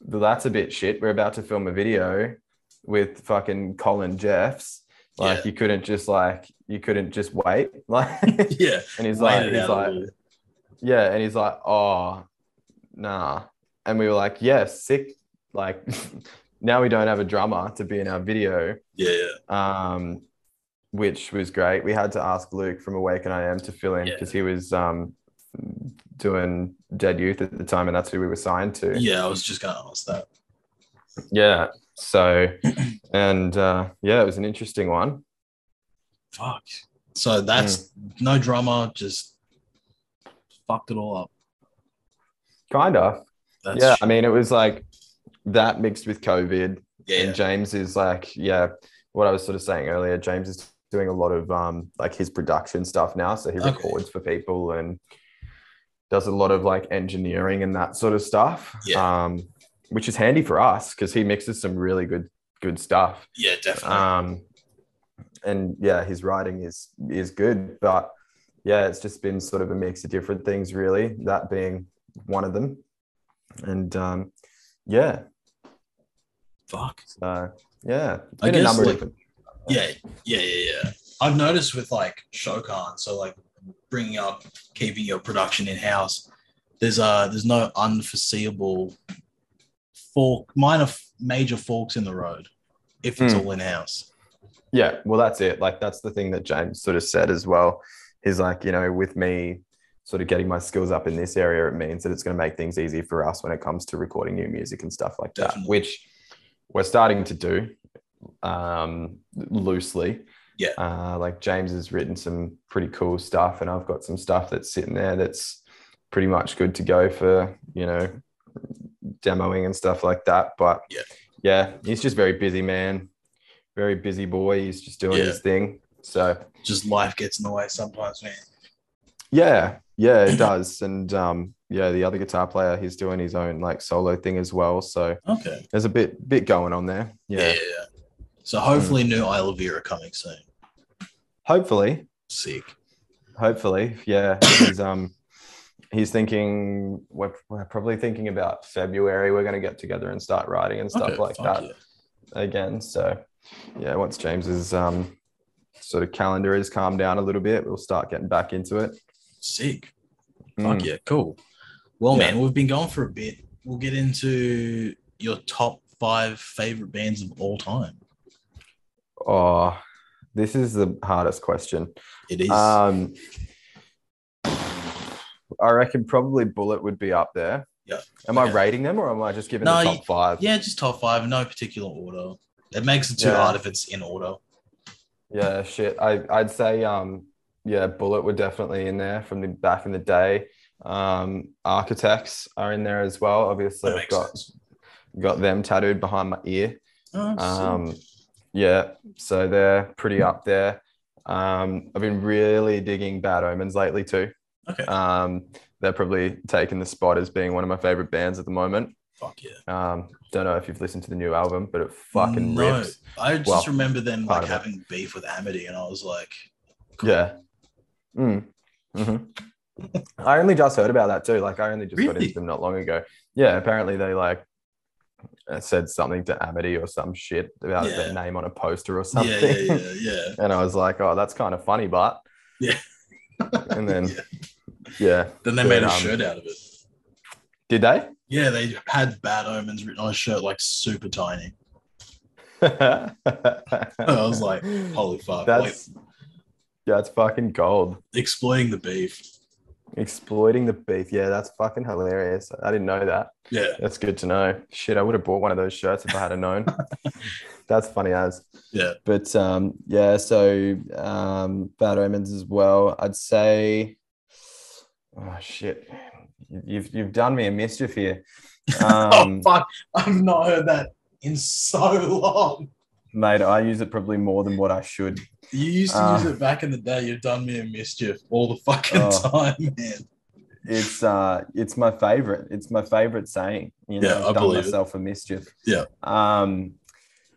Speaker 2: "Well, that's a bit shit. We're about to film a video with fucking Colin Jeffs. Like
Speaker 1: Yeah.
Speaker 2: you couldn't just like you couldn't just wait. Like
Speaker 1: yeah.
Speaker 2: and he's
Speaker 1: Wait
Speaker 2: like,
Speaker 1: it
Speaker 2: he's
Speaker 1: out a
Speaker 2: like,
Speaker 1: little.
Speaker 2: yeah, and he's like, oh, nah. And we were like, yeah, sick. Like, now we don't have a drummer to be in our video,
Speaker 1: Yeah, yeah.
Speaker 2: um, which was great. We had to ask Luke from Awaken I Am to fill in
Speaker 1: Yeah.
Speaker 2: because he was um, doing Dead Youth at the time, and that's who we were signed to.
Speaker 1: Yeah, I was just gonna ask that.
Speaker 2: Yeah. So, and uh, yeah, it was an interesting one.
Speaker 1: Fuck. So that's
Speaker 2: Hmm.
Speaker 1: no drama, just fucked it all up.
Speaker 2: Kind of.
Speaker 1: That's
Speaker 2: yeah. I mean, it was like that mixed with COVID.
Speaker 1: yeah,
Speaker 2: and James is like, yeah, what I was sort of saying earlier, James is doing a lot of um like his production stuff now. So he
Speaker 1: Okay.
Speaker 2: records for people and does a lot of like engineering and that sort of stuff.
Speaker 1: Yeah.
Speaker 2: Um, which is handy for us because he mixes some really good good stuff
Speaker 1: yeah, definitely.
Speaker 2: um and yeah his writing is is good but yeah it's just been sort of a mix of different things really that being one of them and um yeah
Speaker 1: Fuck.
Speaker 2: so yeah it's
Speaker 1: I
Speaker 2: been a
Speaker 1: guess,
Speaker 2: number of
Speaker 1: like-
Speaker 2: different
Speaker 1: Yeah, yeah, yeah, yeah. I've noticed with like Shokan, so like bringing up keeping your production in house. There's uh there's no unforeseeable fork minor f- major forks in the road if it's
Speaker 2: Hmm.
Speaker 1: all in house.
Speaker 2: yeah well that's it like that's the thing that james sort of said as well he's like you know with me sort of getting my skills up in this area it means that it's going to make things easy for us when it comes to recording new music and stuff like
Speaker 1: Definitely.
Speaker 2: that which we're starting to do um loosely
Speaker 1: Yeah.
Speaker 2: uh like james has written some pretty cool stuff and i've got some stuff that's sitting there that's pretty much good to go for you know demoing and stuff like that but
Speaker 1: Yeah.
Speaker 2: yeah he's just very busy man very busy boy. He's just doing
Speaker 1: Yeah.
Speaker 2: his thing. So
Speaker 1: Just life gets in the way sometimes, man.
Speaker 2: yeah, yeah, it does. And um, yeah, the other guitar player, he's doing his own like solo thing as well. So
Speaker 1: Okay.
Speaker 2: there's a bit bit going on there. Yeah.
Speaker 1: So hopefully, new Isla Vera coming soon.
Speaker 2: Hopefully,
Speaker 1: Sick.
Speaker 2: hopefully, yeah. he's um, he's thinking we're, we're probably thinking about February. We're going to get together and start writing and stuff
Speaker 1: Okay,
Speaker 2: like
Speaker 1: fuck
Speaker 2: that.
Speaker 1: yeah.
Speaker 2: again. So, yeah, once James's um, sort of calendar is calmed down a little bit, we'll start getting back into it.
Speaker 1: Sick.
Speaker 2: Mm.
Speaker 1: Fuck yeah, cool. Well,
Speaker 2: Yeah.
Speaker 1: man, we've been going for a bit. We'll get into your top five favorite bands of all time.
Speaker 2: Oh, this is the hardest question.
Speaker 1: It is.
Speaker 2: Um, I reckon probably Bullet would be up there.
Speaker 1: Yeah.
Speaker 2: Am I
Speaker 1: Okay.
Speaker 2: rating them or am I just giving
Speaker 1: No,
Speaker 2: the
Speaker 1: you-
Speaker 2: top five?
Speaker 1: yeah, just top five, no particular order. It makes it too
Speaker 2: Yeah.
Speaker 1: hard if it's in order.
Speaker 2: Yeah, shit. I I'd say um yeah, Bullet were definitely in there from the back in the day. Um, Architects are in there as well. Obviously,
Speaker 1: That
Speaker 2: I've
Speaker 1: makes
Speaker 2: got
Speaker 1: sense.
Speaker 2: got them tattooed behind my ear.
Speaker 1: Oh, sick.
Speaker 2: Um, yeah, so they're pretty up there. Um, I've been really digging Bad Omens lately too.
Speaker 1: okay.
Speaker 2: Um, they're probably taking the spot as being one of my favorite bands at the moment.
Speaker 1: Fuck yeah.
Speaker 2: Um, don't know if you've listened to the new album, but it fucking
Speaker 1: No,
Speaker 2: rips.
Speaker 1: I just
Speaker 2: Well,
Speaker 1: remember them
Speaker 2: part
Speaker 1: like
Speaker 2: of it.
Speaker 1: having beef with Amity, and I was like,
Speaker 2: Yeah. Mm. Mhm. I only just heard about that too. Like I only just got
Speaker 1: Really?
Speaker 2: into them not long ago. Yeah, apparently they like uh, said something to Amity or some shit about their
Speaker 1: Yeah.
Speaker 2: name on a poster or
Speaker 1: yeah,
Speaker 2: something.
Speaker 1: yeah, yeah, yeah.
Speaker 2: And I was like, oh, that's kind of funny, but
Speaker 1: Yeah.
Speaker 2: and then
Speaker 1: Yeah.
Speaker 2: yeah.
Speaker 1: Then they
Speaker 2: But,
Speaker 1: made a
Speaker 2: um,
Speaker 1: shirt out of it.
Speaker 2: Did they?
Speaker 1: Yeah, they had bad omens written on a shirt, like super tiny.
Speaker 2: I
Speaker 1: I was like, holy fuck! Like,
Speaker 2: that's that's fucking gold.
Speaker 1: exploiting the beef.
Speaker 2: Exploiting the beef. Yeah, that's fucking hilarious. I didn't know that.
Speaker 1: Yeah,
Speaker 2: That's good to know. Shit, I would have bought one of those shirts if I had known. That's funny as.
Speaker 1: Yeah.
Speaker 2: But um, yeah, so um, Bad Omens as well. I'd say, oh shit, you've you've done me a mischief here. Um,
Speaker 1: oh fuck! I've not heard that in so long.
Speaker 2: mate, I use it probably more than what I should.
Speaker 1: You used to
Speaker 2: Uh,
Speaker 1: use it back in the day. You've done me a mischief all the fucking
Speaker 2: Oh.
Speaker 1: time, man.
Speaker 2: It's uh, it's my favorite. It's my favorite saying. You know,
Speaker 1: Yeah, I
Speaker 2: I've done
Speaker 1: believe it.
Speaker 2: myself a mischief.
Speaker 1: Yeah.
Speaker 2: Um,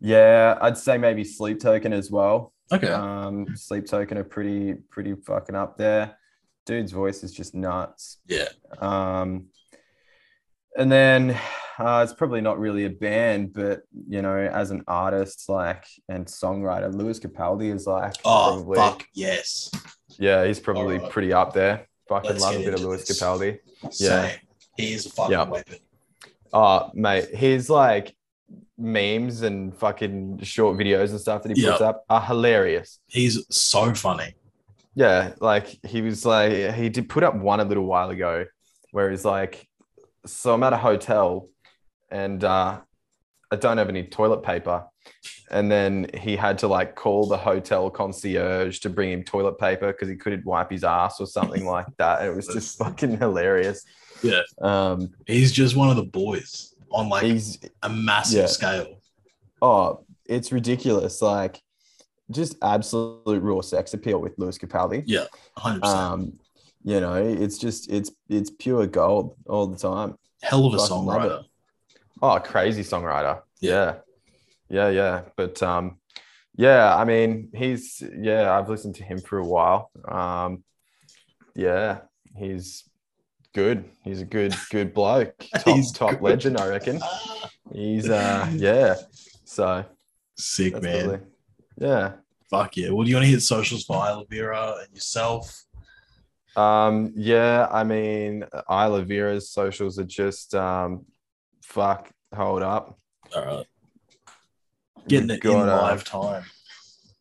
Speaker 2: yeah, I'd say maybe Sleep Token as well.
Speaker 1: Okay,
Speaker 2: Um, Sleep Token are pretty pretty fucking up there. Dude's voice is just nuts.
Speaker 1: yeah,
Speaker 2: Um, and then uh, it's probably not really a band, but you know, as an artist, like and songwriter, Lewis Capaldi is like,
Speaker 1: Oh
Speaker 2: probably,
Speaker 1: fuck yes.
Speaker 2: yeah, he's probably
Speaker 1: Alright.
Speaker 2: pretty up there. Fucking
Speaker 1: Let's
Speaker 2: love
Speaker 1: get
Speaker 2: a bit of
Speaker 1: into
Speaker 2: Lewis
Speaker 1: this.
Speaker 2: Capaldi.
Speaker 1: Yeah, he is a fucking
Speaker 2: Yeah.
Speaker 1: weapon.
Speaker 2: Oh, mate, his like memes and fucking short videos and stuff that he puts up are hilarious.
Speaker 1: He's so funny.
Speaker 2: Yeah, like he was like he did put up one a little while ago where he's like, so I'm at a hotel and uh, I don't have any toilet paper. And then he had to like call the hotel concierge to bring him toilet paper because he couldn't wipe his ass or something like that. It was just fucking hilarious.
Speaker 1: Yeah.
Speaker 2: Um,
Speaker 1: He's just one of the boys on like
Speaker 2: he's
Speaker 1: a massive
Speaker 2: Yeah.
Speaker 1: scale.
Speaker 2: oh, it's ridiculous. Like just absolute raw sex appeal with Lewis Capaldi.
Speaker 1: 100%.
Speaker 2: um you know it's just it's it's pure gold all the time
Speaker 1: Hell of a
Speaker 2: fucking love
Speaker 1: songwriter.
Speaker 2: oh crazy songwriter yeah
Speaker 1: Yeah.
Speaker 2: yeah yeah but um yeah i mean he's yeah i've listened to him for a while um yeah he's good he's a good good bloke top
Speaker 1: He's
Speaker 2: top
Speaker 1: good.
Speaker 2: legend i reckon
Speaker 1: Ah,
Speaker 2: he's uh yeah so
Speaker 1: Sick,
Speaker 2: that's
Speaker 1: man.
Speaker 2: probably- yeah
Speaker 1: Fuck yeah. Well, do you want to hit socials for Isla Vera and yourself?
Speaker 2: Um, yeah, I mean, Isla Vera's socials are just um, fuck, hold up.
Speaker 1: All right. Getting it in
Speaker 2: Got, uh,
Speaker 1: live time.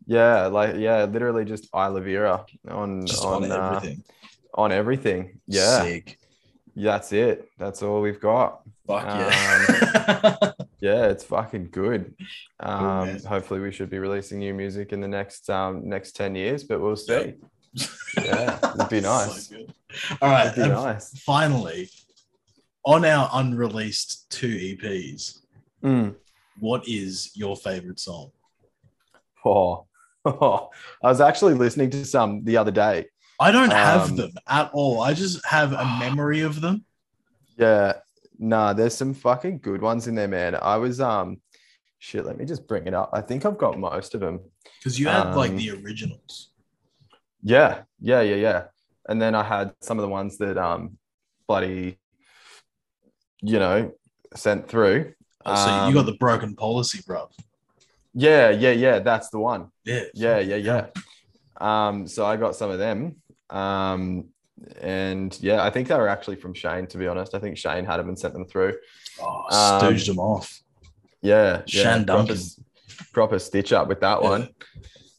Speaker 2: Yeah, like yeah, literally just Isla Vera on
Speaker 1: Just
Speaker 2: on
Speaker 1: on,
Speaker 2: uh,
Speaker 1: everything.
Speaker 2: on everything. Yeah,
Speaker 1: Sick.
Speaker 2: yeah, that's it. That's all we've got.
Speaker 1: Fuck yeah.
Speaker 2: Um, Yeah, it's fucking good. Um,
Speaker 1: man.
Speaker 2: hopefully, we should be releasing new music in the next um next ten years, but we'll see.
Speaker 1: Yep.
Speaker 2: Yeah, it'd be
Speaker 1: So
Speaker 2: nice.
Speaker 1: good. All right.
Speaker 2: It'd be
Speaker 1: and
Speaker 2: nice.
Speaker 1: Finally, on our E unreleased two EPs,
Speaker 2: Mm.
Speaker 1: what is your favorite song?
Speaker 2: Oh, oh. I was actually listening to some the other day.
Speaker 1: I don't have
Speaker 2: Um,
Speaker 1: them at all. I just have a memory of them.
Speaker 2: Yeah. Nah, there's some fucking good ones in there, man. I was um shit, let me just bring it up. I think I've got most of them.
Speaker 1: Because you had like
Speaker 2: Um,
Speaker 1: the originals.
Speaker 2: Yeah, yeah, yeah, yeah. And then I had some of the ones that um bloody you know sent through.
Speaker 1: Oh, so you got
Speaker 2: um,
Speaker 1: the broken policy, bro.
Speaker 2: Yeah, yeah, yeah. That's the one.
Speaker 1: Yeah.
Speaker 2: Yeah, yeah, yeah. Um, so I got some of them. Um and yeah, I think they were actually from Shane, to be honest. I think Shane had them and sent them through.
Speaker 1: Oh,
Speaker 2: Um,
Speaker 1: stooged them off.
Speaker 2: Yeah, yeah
Speaker 1: Shan
Speaker 2: proper,
Speaker 1: Duncan.
Speaker 2: s- proper stitch up with that one.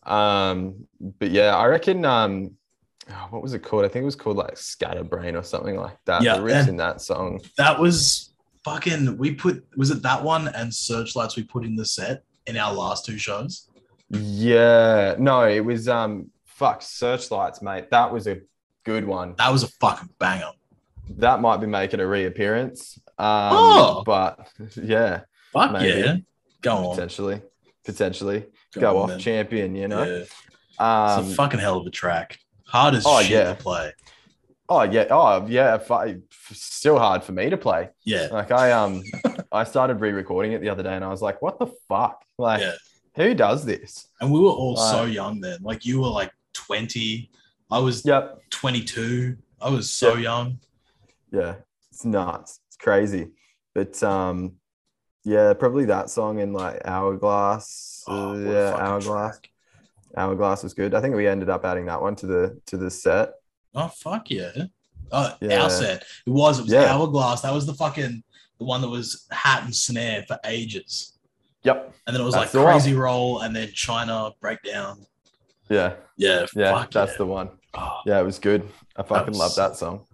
Speaker 2: Um, but yeah, I reckon. Um, oh, what was it called? I think it was called like Scatterbrain or something like that.
Speaker 1: Yeah,
Speaker 2: the riffs
Speaker 1: and-
Speaker 2: in that song.
Speaker 1: That was fucking. We put was it that one and Searchlights we put in the set in our last two shows.
Speaker 2: Yeah, no, it was um, fuck, Searchlights, mate. That was a good one.
Speaker 1: That was a fucking banger.
Speaker 2: That might be making a reappearance. Um,
Speaker 1: Oh.
Speaker 2: but yeah,
Speaker 1: Fuck
Speaker 2: Maybe.
Speaker 1: yeah. Go on.
Speaker 2: potentially, potentially go
Speaker 1: on,
Speaker 2: off
Speaker 1: man.
Speaker 2: champion. You know.
Speaker 1: Yeah.
Speaker 2: Um,
Speaker 1: it's a fucking hell of a track. Hard as
Speaker 2: Oh,
Speaker 1: shit
Speaker 2: yeah.
Speaker 1: to play.
Speaker 2: oh yeah, oh yeah. fu- Still hard for me to play.
Speaker 1: Yeah.
Speaker 2: Like I um I started re-recording it the other day and I was like, what the fuck? Uh, Like
Speaker 1: Yeah.
Speaker 2: who does this?
Speaker 1: And we were all so
Speaker 2: Right.
Speaker 1: young then. Like you were like 20. I was
Speaker 2: Yep.
Speaker 1: 22. I was so
Speaker 2: Yeah.
Speaker 1: young.
Speaker 2: Yeah. It's nuts. It's crazy. But um yeah, probably that song and like Hourglass.
Speaker 1: Oh,
Speaker 2: uh,
Speaker 1: what a
Speaker 2: yeah,
Speaker 1: fucking
Speaker 2: Hourglass.
Speaker 1: track.
Speaker 2: Hourglass was good. I think we ended up adding that one to the to the set.
Speaker 1: Oh fuck yeah! Uh,
Speaker 2: Yeah.
Speaker 1: Our set it was it was
Speaker 2: Yeah.
Speaker 1: hourglass. That was the fucking the one that was hat and snare for ages,
Speaker 2: Yep.
Speaker 1: and then it was
Speaker 2: That's
Speaker 1: like
Speaker 2: the one.
Speaker 1: crazy roll, and then China breakdown.
Speaker 2: Yeah.
Speaker 1: Yeah,
Speaker 2: Yeah.
Speaker 1: fuck
Speaker 2: that's
Speaker 1: yeah.
Speaker 2: the one.
Speaker 1: Oh,
Speaker 2: Yeah, it was good. I
Speaker 1: was
Speaker 2: fucking love
Speaker 1: so-
Speaker 2: that song.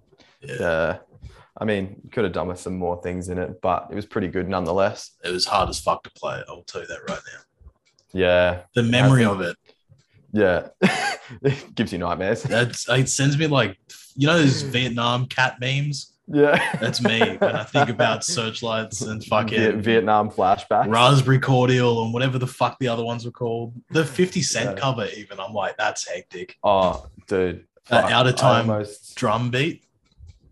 Speaker 1: yeah.
Speaker 2: Yeah. I mean, could have done with some more things in it, but it was pretty good nonetheless.
Speaker 1: It was hard as fuck to play. I'll tell you that right now.
Speaker 2: Yeah.
Speaker 1: The memory of it,
Speaker 2: Yeah. it gives you nightmares.
Speaker 1: that's it sends me like you know those Vietnam cat memes.
Speaker 2: Yeah.
Speaker 1: That's me when I think about searchlights and
Speaker 2: Viet-
Speaker 1: fucking
Speaker 2: Vietnam flashback.
Speaker 1: raspberry cordial and whatever the fuck the other ones were called. The Fifty Cent
Speaker 2: Yeah.
Speaker 1: cover, even I'm like, that's hectic.
Speaker 2: Oh, dude.
Speaker 1: That
Speaker 2: fuck,
Speaker 1: Uh, out of time-
Speaker 2: I almost,
Speaker 1: Drum beat.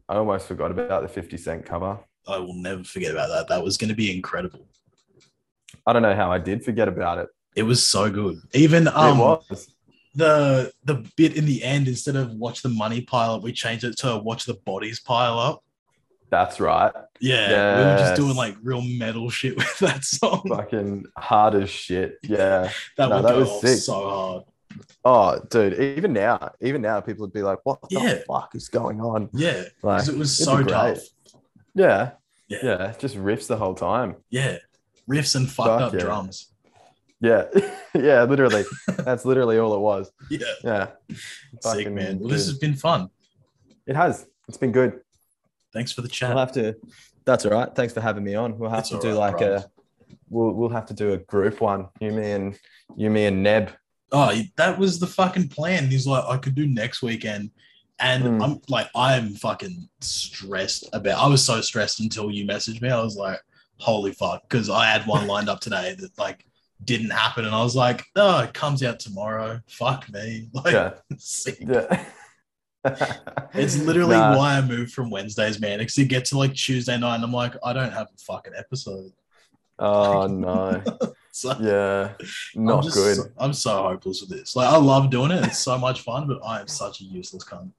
Speaker 2: I almost forgot about the 50 Cent cover.
Speaker 1: I will never forget about that. That was going to be incredible.
Speaker 2: I don't know how I did forget about it.
Speaker 1: It was so good. Even
Speaker 2: it
Speaker 1: um
Speaker 2: was.
Speaker 1: the the bit in the end, instead of watch the money pile up, we changed it to watch the bodies pile up.
Speaker 2: That's right.
Speaker 1: Yeah, we were just
Speaker 2: Yes.
Speaker 1: doing like real metal shit with that song.
Speaker 2: Fucking hard as shit. Yeah.
Speaker 1: That
Speaker 2: No,
Speaker 1: would
Speaker 2: that
Speaker 1: go
Speaker 2: was
Speaker 1: off
Speaker 2: sick.
Speaker 1: so hard.
Speaker 2: Oh, dude. Even now, even now, people would be like, what the
Speaker 1: Yeah.
Speaker 2: fuck is going on?
Speaker 1: Yeah,
Speaker 2: Like,
Speaker 1: because it was
Speaker 2: it'd
Speaker 1: so
Speaker 2: be great.
Speaker 1: tough.
Speaker 2: yeah.
Speaker 1: Yeah.
Speaker 2: Yeah. Just riffs the whole time.
Speaker 1: Yeah, riffs and fucked
Speaker 2: Fuck
Speaker 1: up
Speaker 2: yeah.
Speaker 1: drums.
Speaker 2: Yeah. yeah. Literally. That's literally all it was.
Speaker 1: Yeah,
Speaker 2: Yeah.
Speaker 1: sick
Speaker 2: Fucking
Speaker 1: man. Well, this
Speaker 2: good.
Speaker 1: has been fun.
Speaker 2: It has. It's been good.
Speaker 1: Thanks for the
Speaker 2: We'll
Speaker 1: chat.
Speaker 2: have to. That's all right. Thanks for having me on. We'll have
Speaker 1: It's
Speaker 2: to
Speaker 1: all
Speaker 2: do
Speaker 1: right,
Speaker 2: like
Speaker 1: bros.
Speaker 2: a. We'll we'll have to do a group one. You me and you me and Neb.
Speaker 1: oh, that was the fucking plan. He's like, I could do next weekend. And
Speaker 2: Hmm.
Speaker 1: I'm like, I'm fucking stressed about I was so stressed until you messaged me. I was like, holy fuck. Cause I had one lined up today that like didn't happen. And I was like, oh, it comes out tomorrow. Fuck me. Like,
Speaker 2: Yeah.
Speaker 1: sick.
Speaker 2: Yeah.
Speaker 1: It's literally
Speaker 2: Nah,
Speaker 1: why I moved from Wednesdays, man. Because you get to like Tuesday night and I'm like, I don't have a fucking episode.
Speaker 2: Oh no.
Speaker 1: So
Speaker 2: Yeah.
Speaker 1: I'm
Speaker 2: Not
Speaker 1: just-
Speaker 2: good.
Speaker 1: I'm so hopeless with this. Like I love doing it. It's so much fun, but I am such a useless cunt.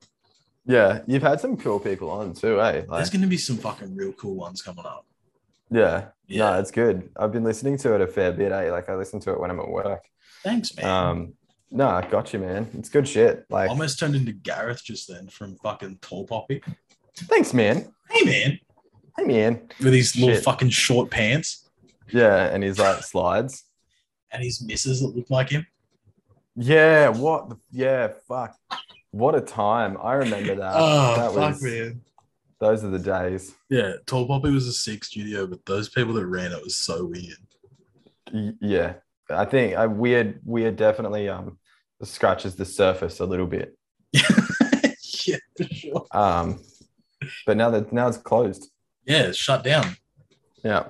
Speaker 2: Yeah. You've had some cool people on too, eh? Like,
Speaker 1: There's going to be some fucking real cool ones coming up.
Speaker 2: yeah.
Speaker 1: Yeah.
Speaker 2: No, it's good. I've been listening to it a fair bit, eh? Like I listen to it when I'm at work.
Speaker 1: Thanks, man.
Speaker 2: Um. No, I got you, man. It's good shit. Like,
Speaker 1: Almost turned into Gareth just then from fucking Tall Poppy.
Speaker 2: thanks, man.
Speaker 1: Hey, man.
Speaker 2: Hey, man.
Speaker 1: With his little
Speaker 2: Shit.
Speaker 1: fucking short pants
Speaker 2: Yeah, and he's like slides.
Speaker 1: and his misses that look like him.
Speaker 2: Yeah, what? The, yeah, fuck. What a time. I remember that.
Speaker 1: oh,
Speaker 2: Uh, that
Speaker 1: fuck,
Speaker 2: was,
Speaker 1: man.
Speaker 2: Those are the days.
Speaker 1: Yeah, Tall Poppy was a sick studio, but those people that ran it was so weird.
Speaker 2: Y- yeah. I think uh, I weird weird definitely um scratches the surface a little bit.
Speaker 1: yeah, for sure.
Speaker 2: Um but now that now it's closed.
Speaker 1: Yeah, it's shut down.
Speaker 2: Yeah.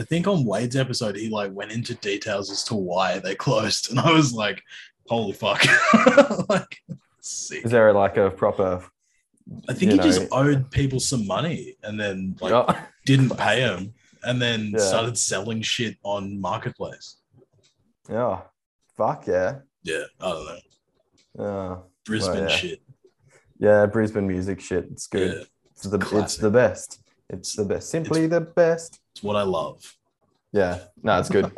Speaker 1: I think on Wade's episode, he like went into details as to why they closed, and I was like, "Holy fuck!" like, sick.
Speaker 2: Is there like a proper?
Speaker 1: I think
Speaker 2: you
Speaker 1: he just
Speaker 2: know-
Speaker 1: owed people some money and then like
Speaker 2: Yeah.
Speaker 1: didn't pay him, and then
Speaker 2: Yeah.
Speaker 1: started selling shit on marketplace.
Speaker 2: yeah. Fuck yeah.
Speaker 1: Yeah, I don't know
Speaker 2: Yeah.
Speaker 1: Brisbane
Speaker 2: yeah.
Speaker 1: shit.
Speaker 2: Yeah. Brisbane music shit. It's good.
Speaker 1: Yeah,
Speaker 2: It's the it's
Speaker 1: classic.
Speaker 2: the best. It's the best. Simply the best.
Speaker 1: it's what I love.
Speaker 2: Yeah. No, it's good.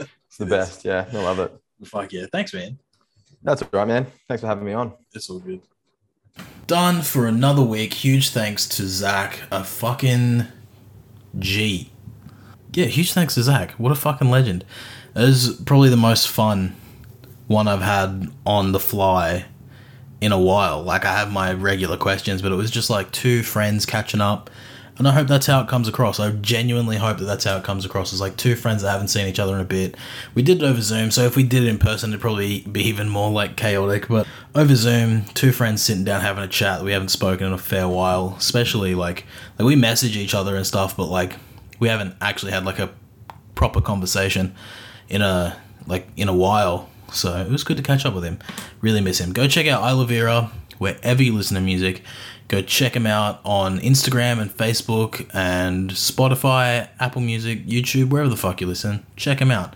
Speaker 2: it's the
Speaker 1: It is.
Speaker 2: best. Yeah. I love it.
Speaker 1: Fuck yeah! Thanks, man.
Speaker 2: That's all right, man. Thanks for having me on.
Speaker 1: It's all good. Done for another week. Huge thanks to Zach, a fucking G. Yeah, huge thanks to Zach. What a fucking legend. It was probably the most fun one I've had on the fly in a while. Like, I have my regular questions, but it was just like two friends catching up. And I hope that's how it comes across. I genuinely hope that that's how it comes across. It's like two friends that haven't seen each other in a bit. We did it over Zoom, so if we did it in person, it'd probably be even more like chaotic. But over Zoom, two friends sitting down having a chat that we haven't spoken in a fair while. Especially like like we message each other and stuff, but like we haven't actually had like a proper conversation in a like in a while. So it was good to catch up with him. Really miss him. Go check out Isla Vera wherever you listen to music. Go check him out on Instagram and Facebook and Spotify, Apple Music, YouTube, wherever the fuck you listen. Check him out.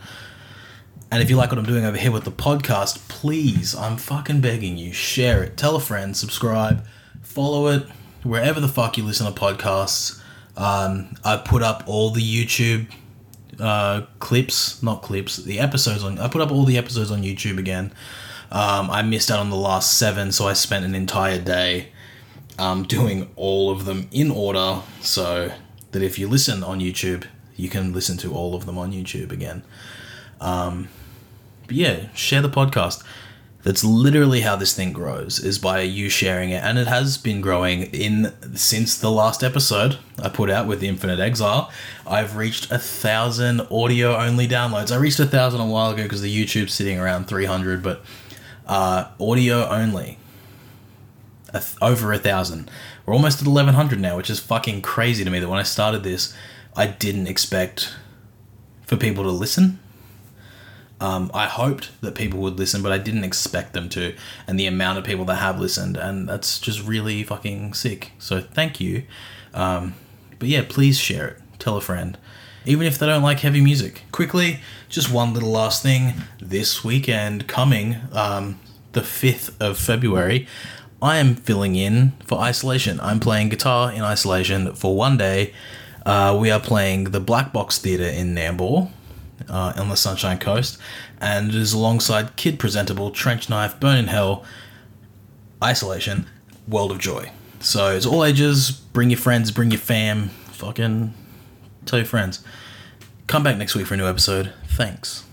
Speaker 1: And if you like what I'm doing over here with the podcast, please, I'm fucking begging you, share it, tell a friend, subscribe, follow it wherever the fuck you listen to podcasts. Um, I put up all the YouTube uh, clips, not clips, the episodes on. I put up all the episodes on YouTube again. Um, I missed out on the last seven, so I spent an entire day um, doing all of them in order, so that if you listen on YouTube, you can listen to all of them on YouTube again. Um, But yeah, share the podcast. That's literally how this thing grows is by you sharing it, and it has been growing in since the last episode I put out with Infinite Exile. I've reached a thousand audio-only downloads. I reached a thousand a while ago because the YouTube's sitting around three hundred, but uh, audio only, a th- over a thousand. We're almost at eleven hundred now, which is fucking crazy to me. That when I started this, I didn't expect for people to listen. Um, I hoped that people would listen, but I didn't expect them to, and the amount of people that have listened, and that's just really fucking sick. So thank you. Um, but yeah, please share it. Tell a friend. Even if they don't like heavy music. Quickly, just one little last thing. This weekend, coming um, the 5th of February, I am filling in for Isolation. I'm playing guitar in Isolation for one day. Uh, we are playing the Black Box Theatre in Nambour uh, on the Sunshine Coast, and it is alongside Kid Presentable, Trench Knife, Burn in Hell, Isolation, World of Joy. So it's all ages. Bring your friends, bring your fam. Fucking tell your friends. Come back next week for a new episode. Thanks.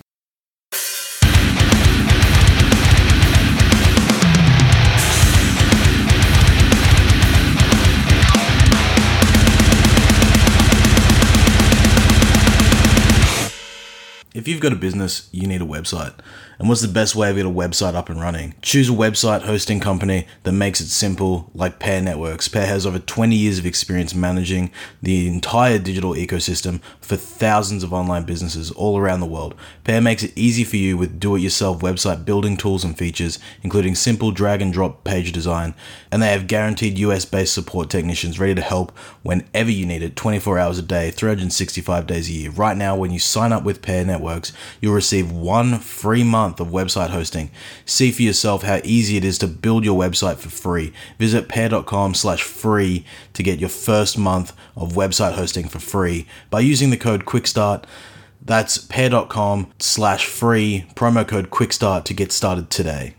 Speaker 3: If you've got a business, you need a website. And what's the best way to get a website up and running? Choose a website hosting company that makes it simple, like Pair Networks. Pair has over 20 years of experience managing the entire digital ecosystem for thousands of online businesses all around the world. Pair makes it easy for you with do it yourself website building tools and features, including simple drag and drop page design. And they have guaranteed US based support technicians ready to help whenever you need it 24 hours a day, 365 days a year. Right now, when you sign up with Pair Networks, you'll receive one free month of website hosting. See for yourself how easy it is to build your website for free. Visit pair.com slash free to get your first month of website hosting for free by using the code QUICKSTART. That's pair.com slash free, promo code QUICKSTART to get started today.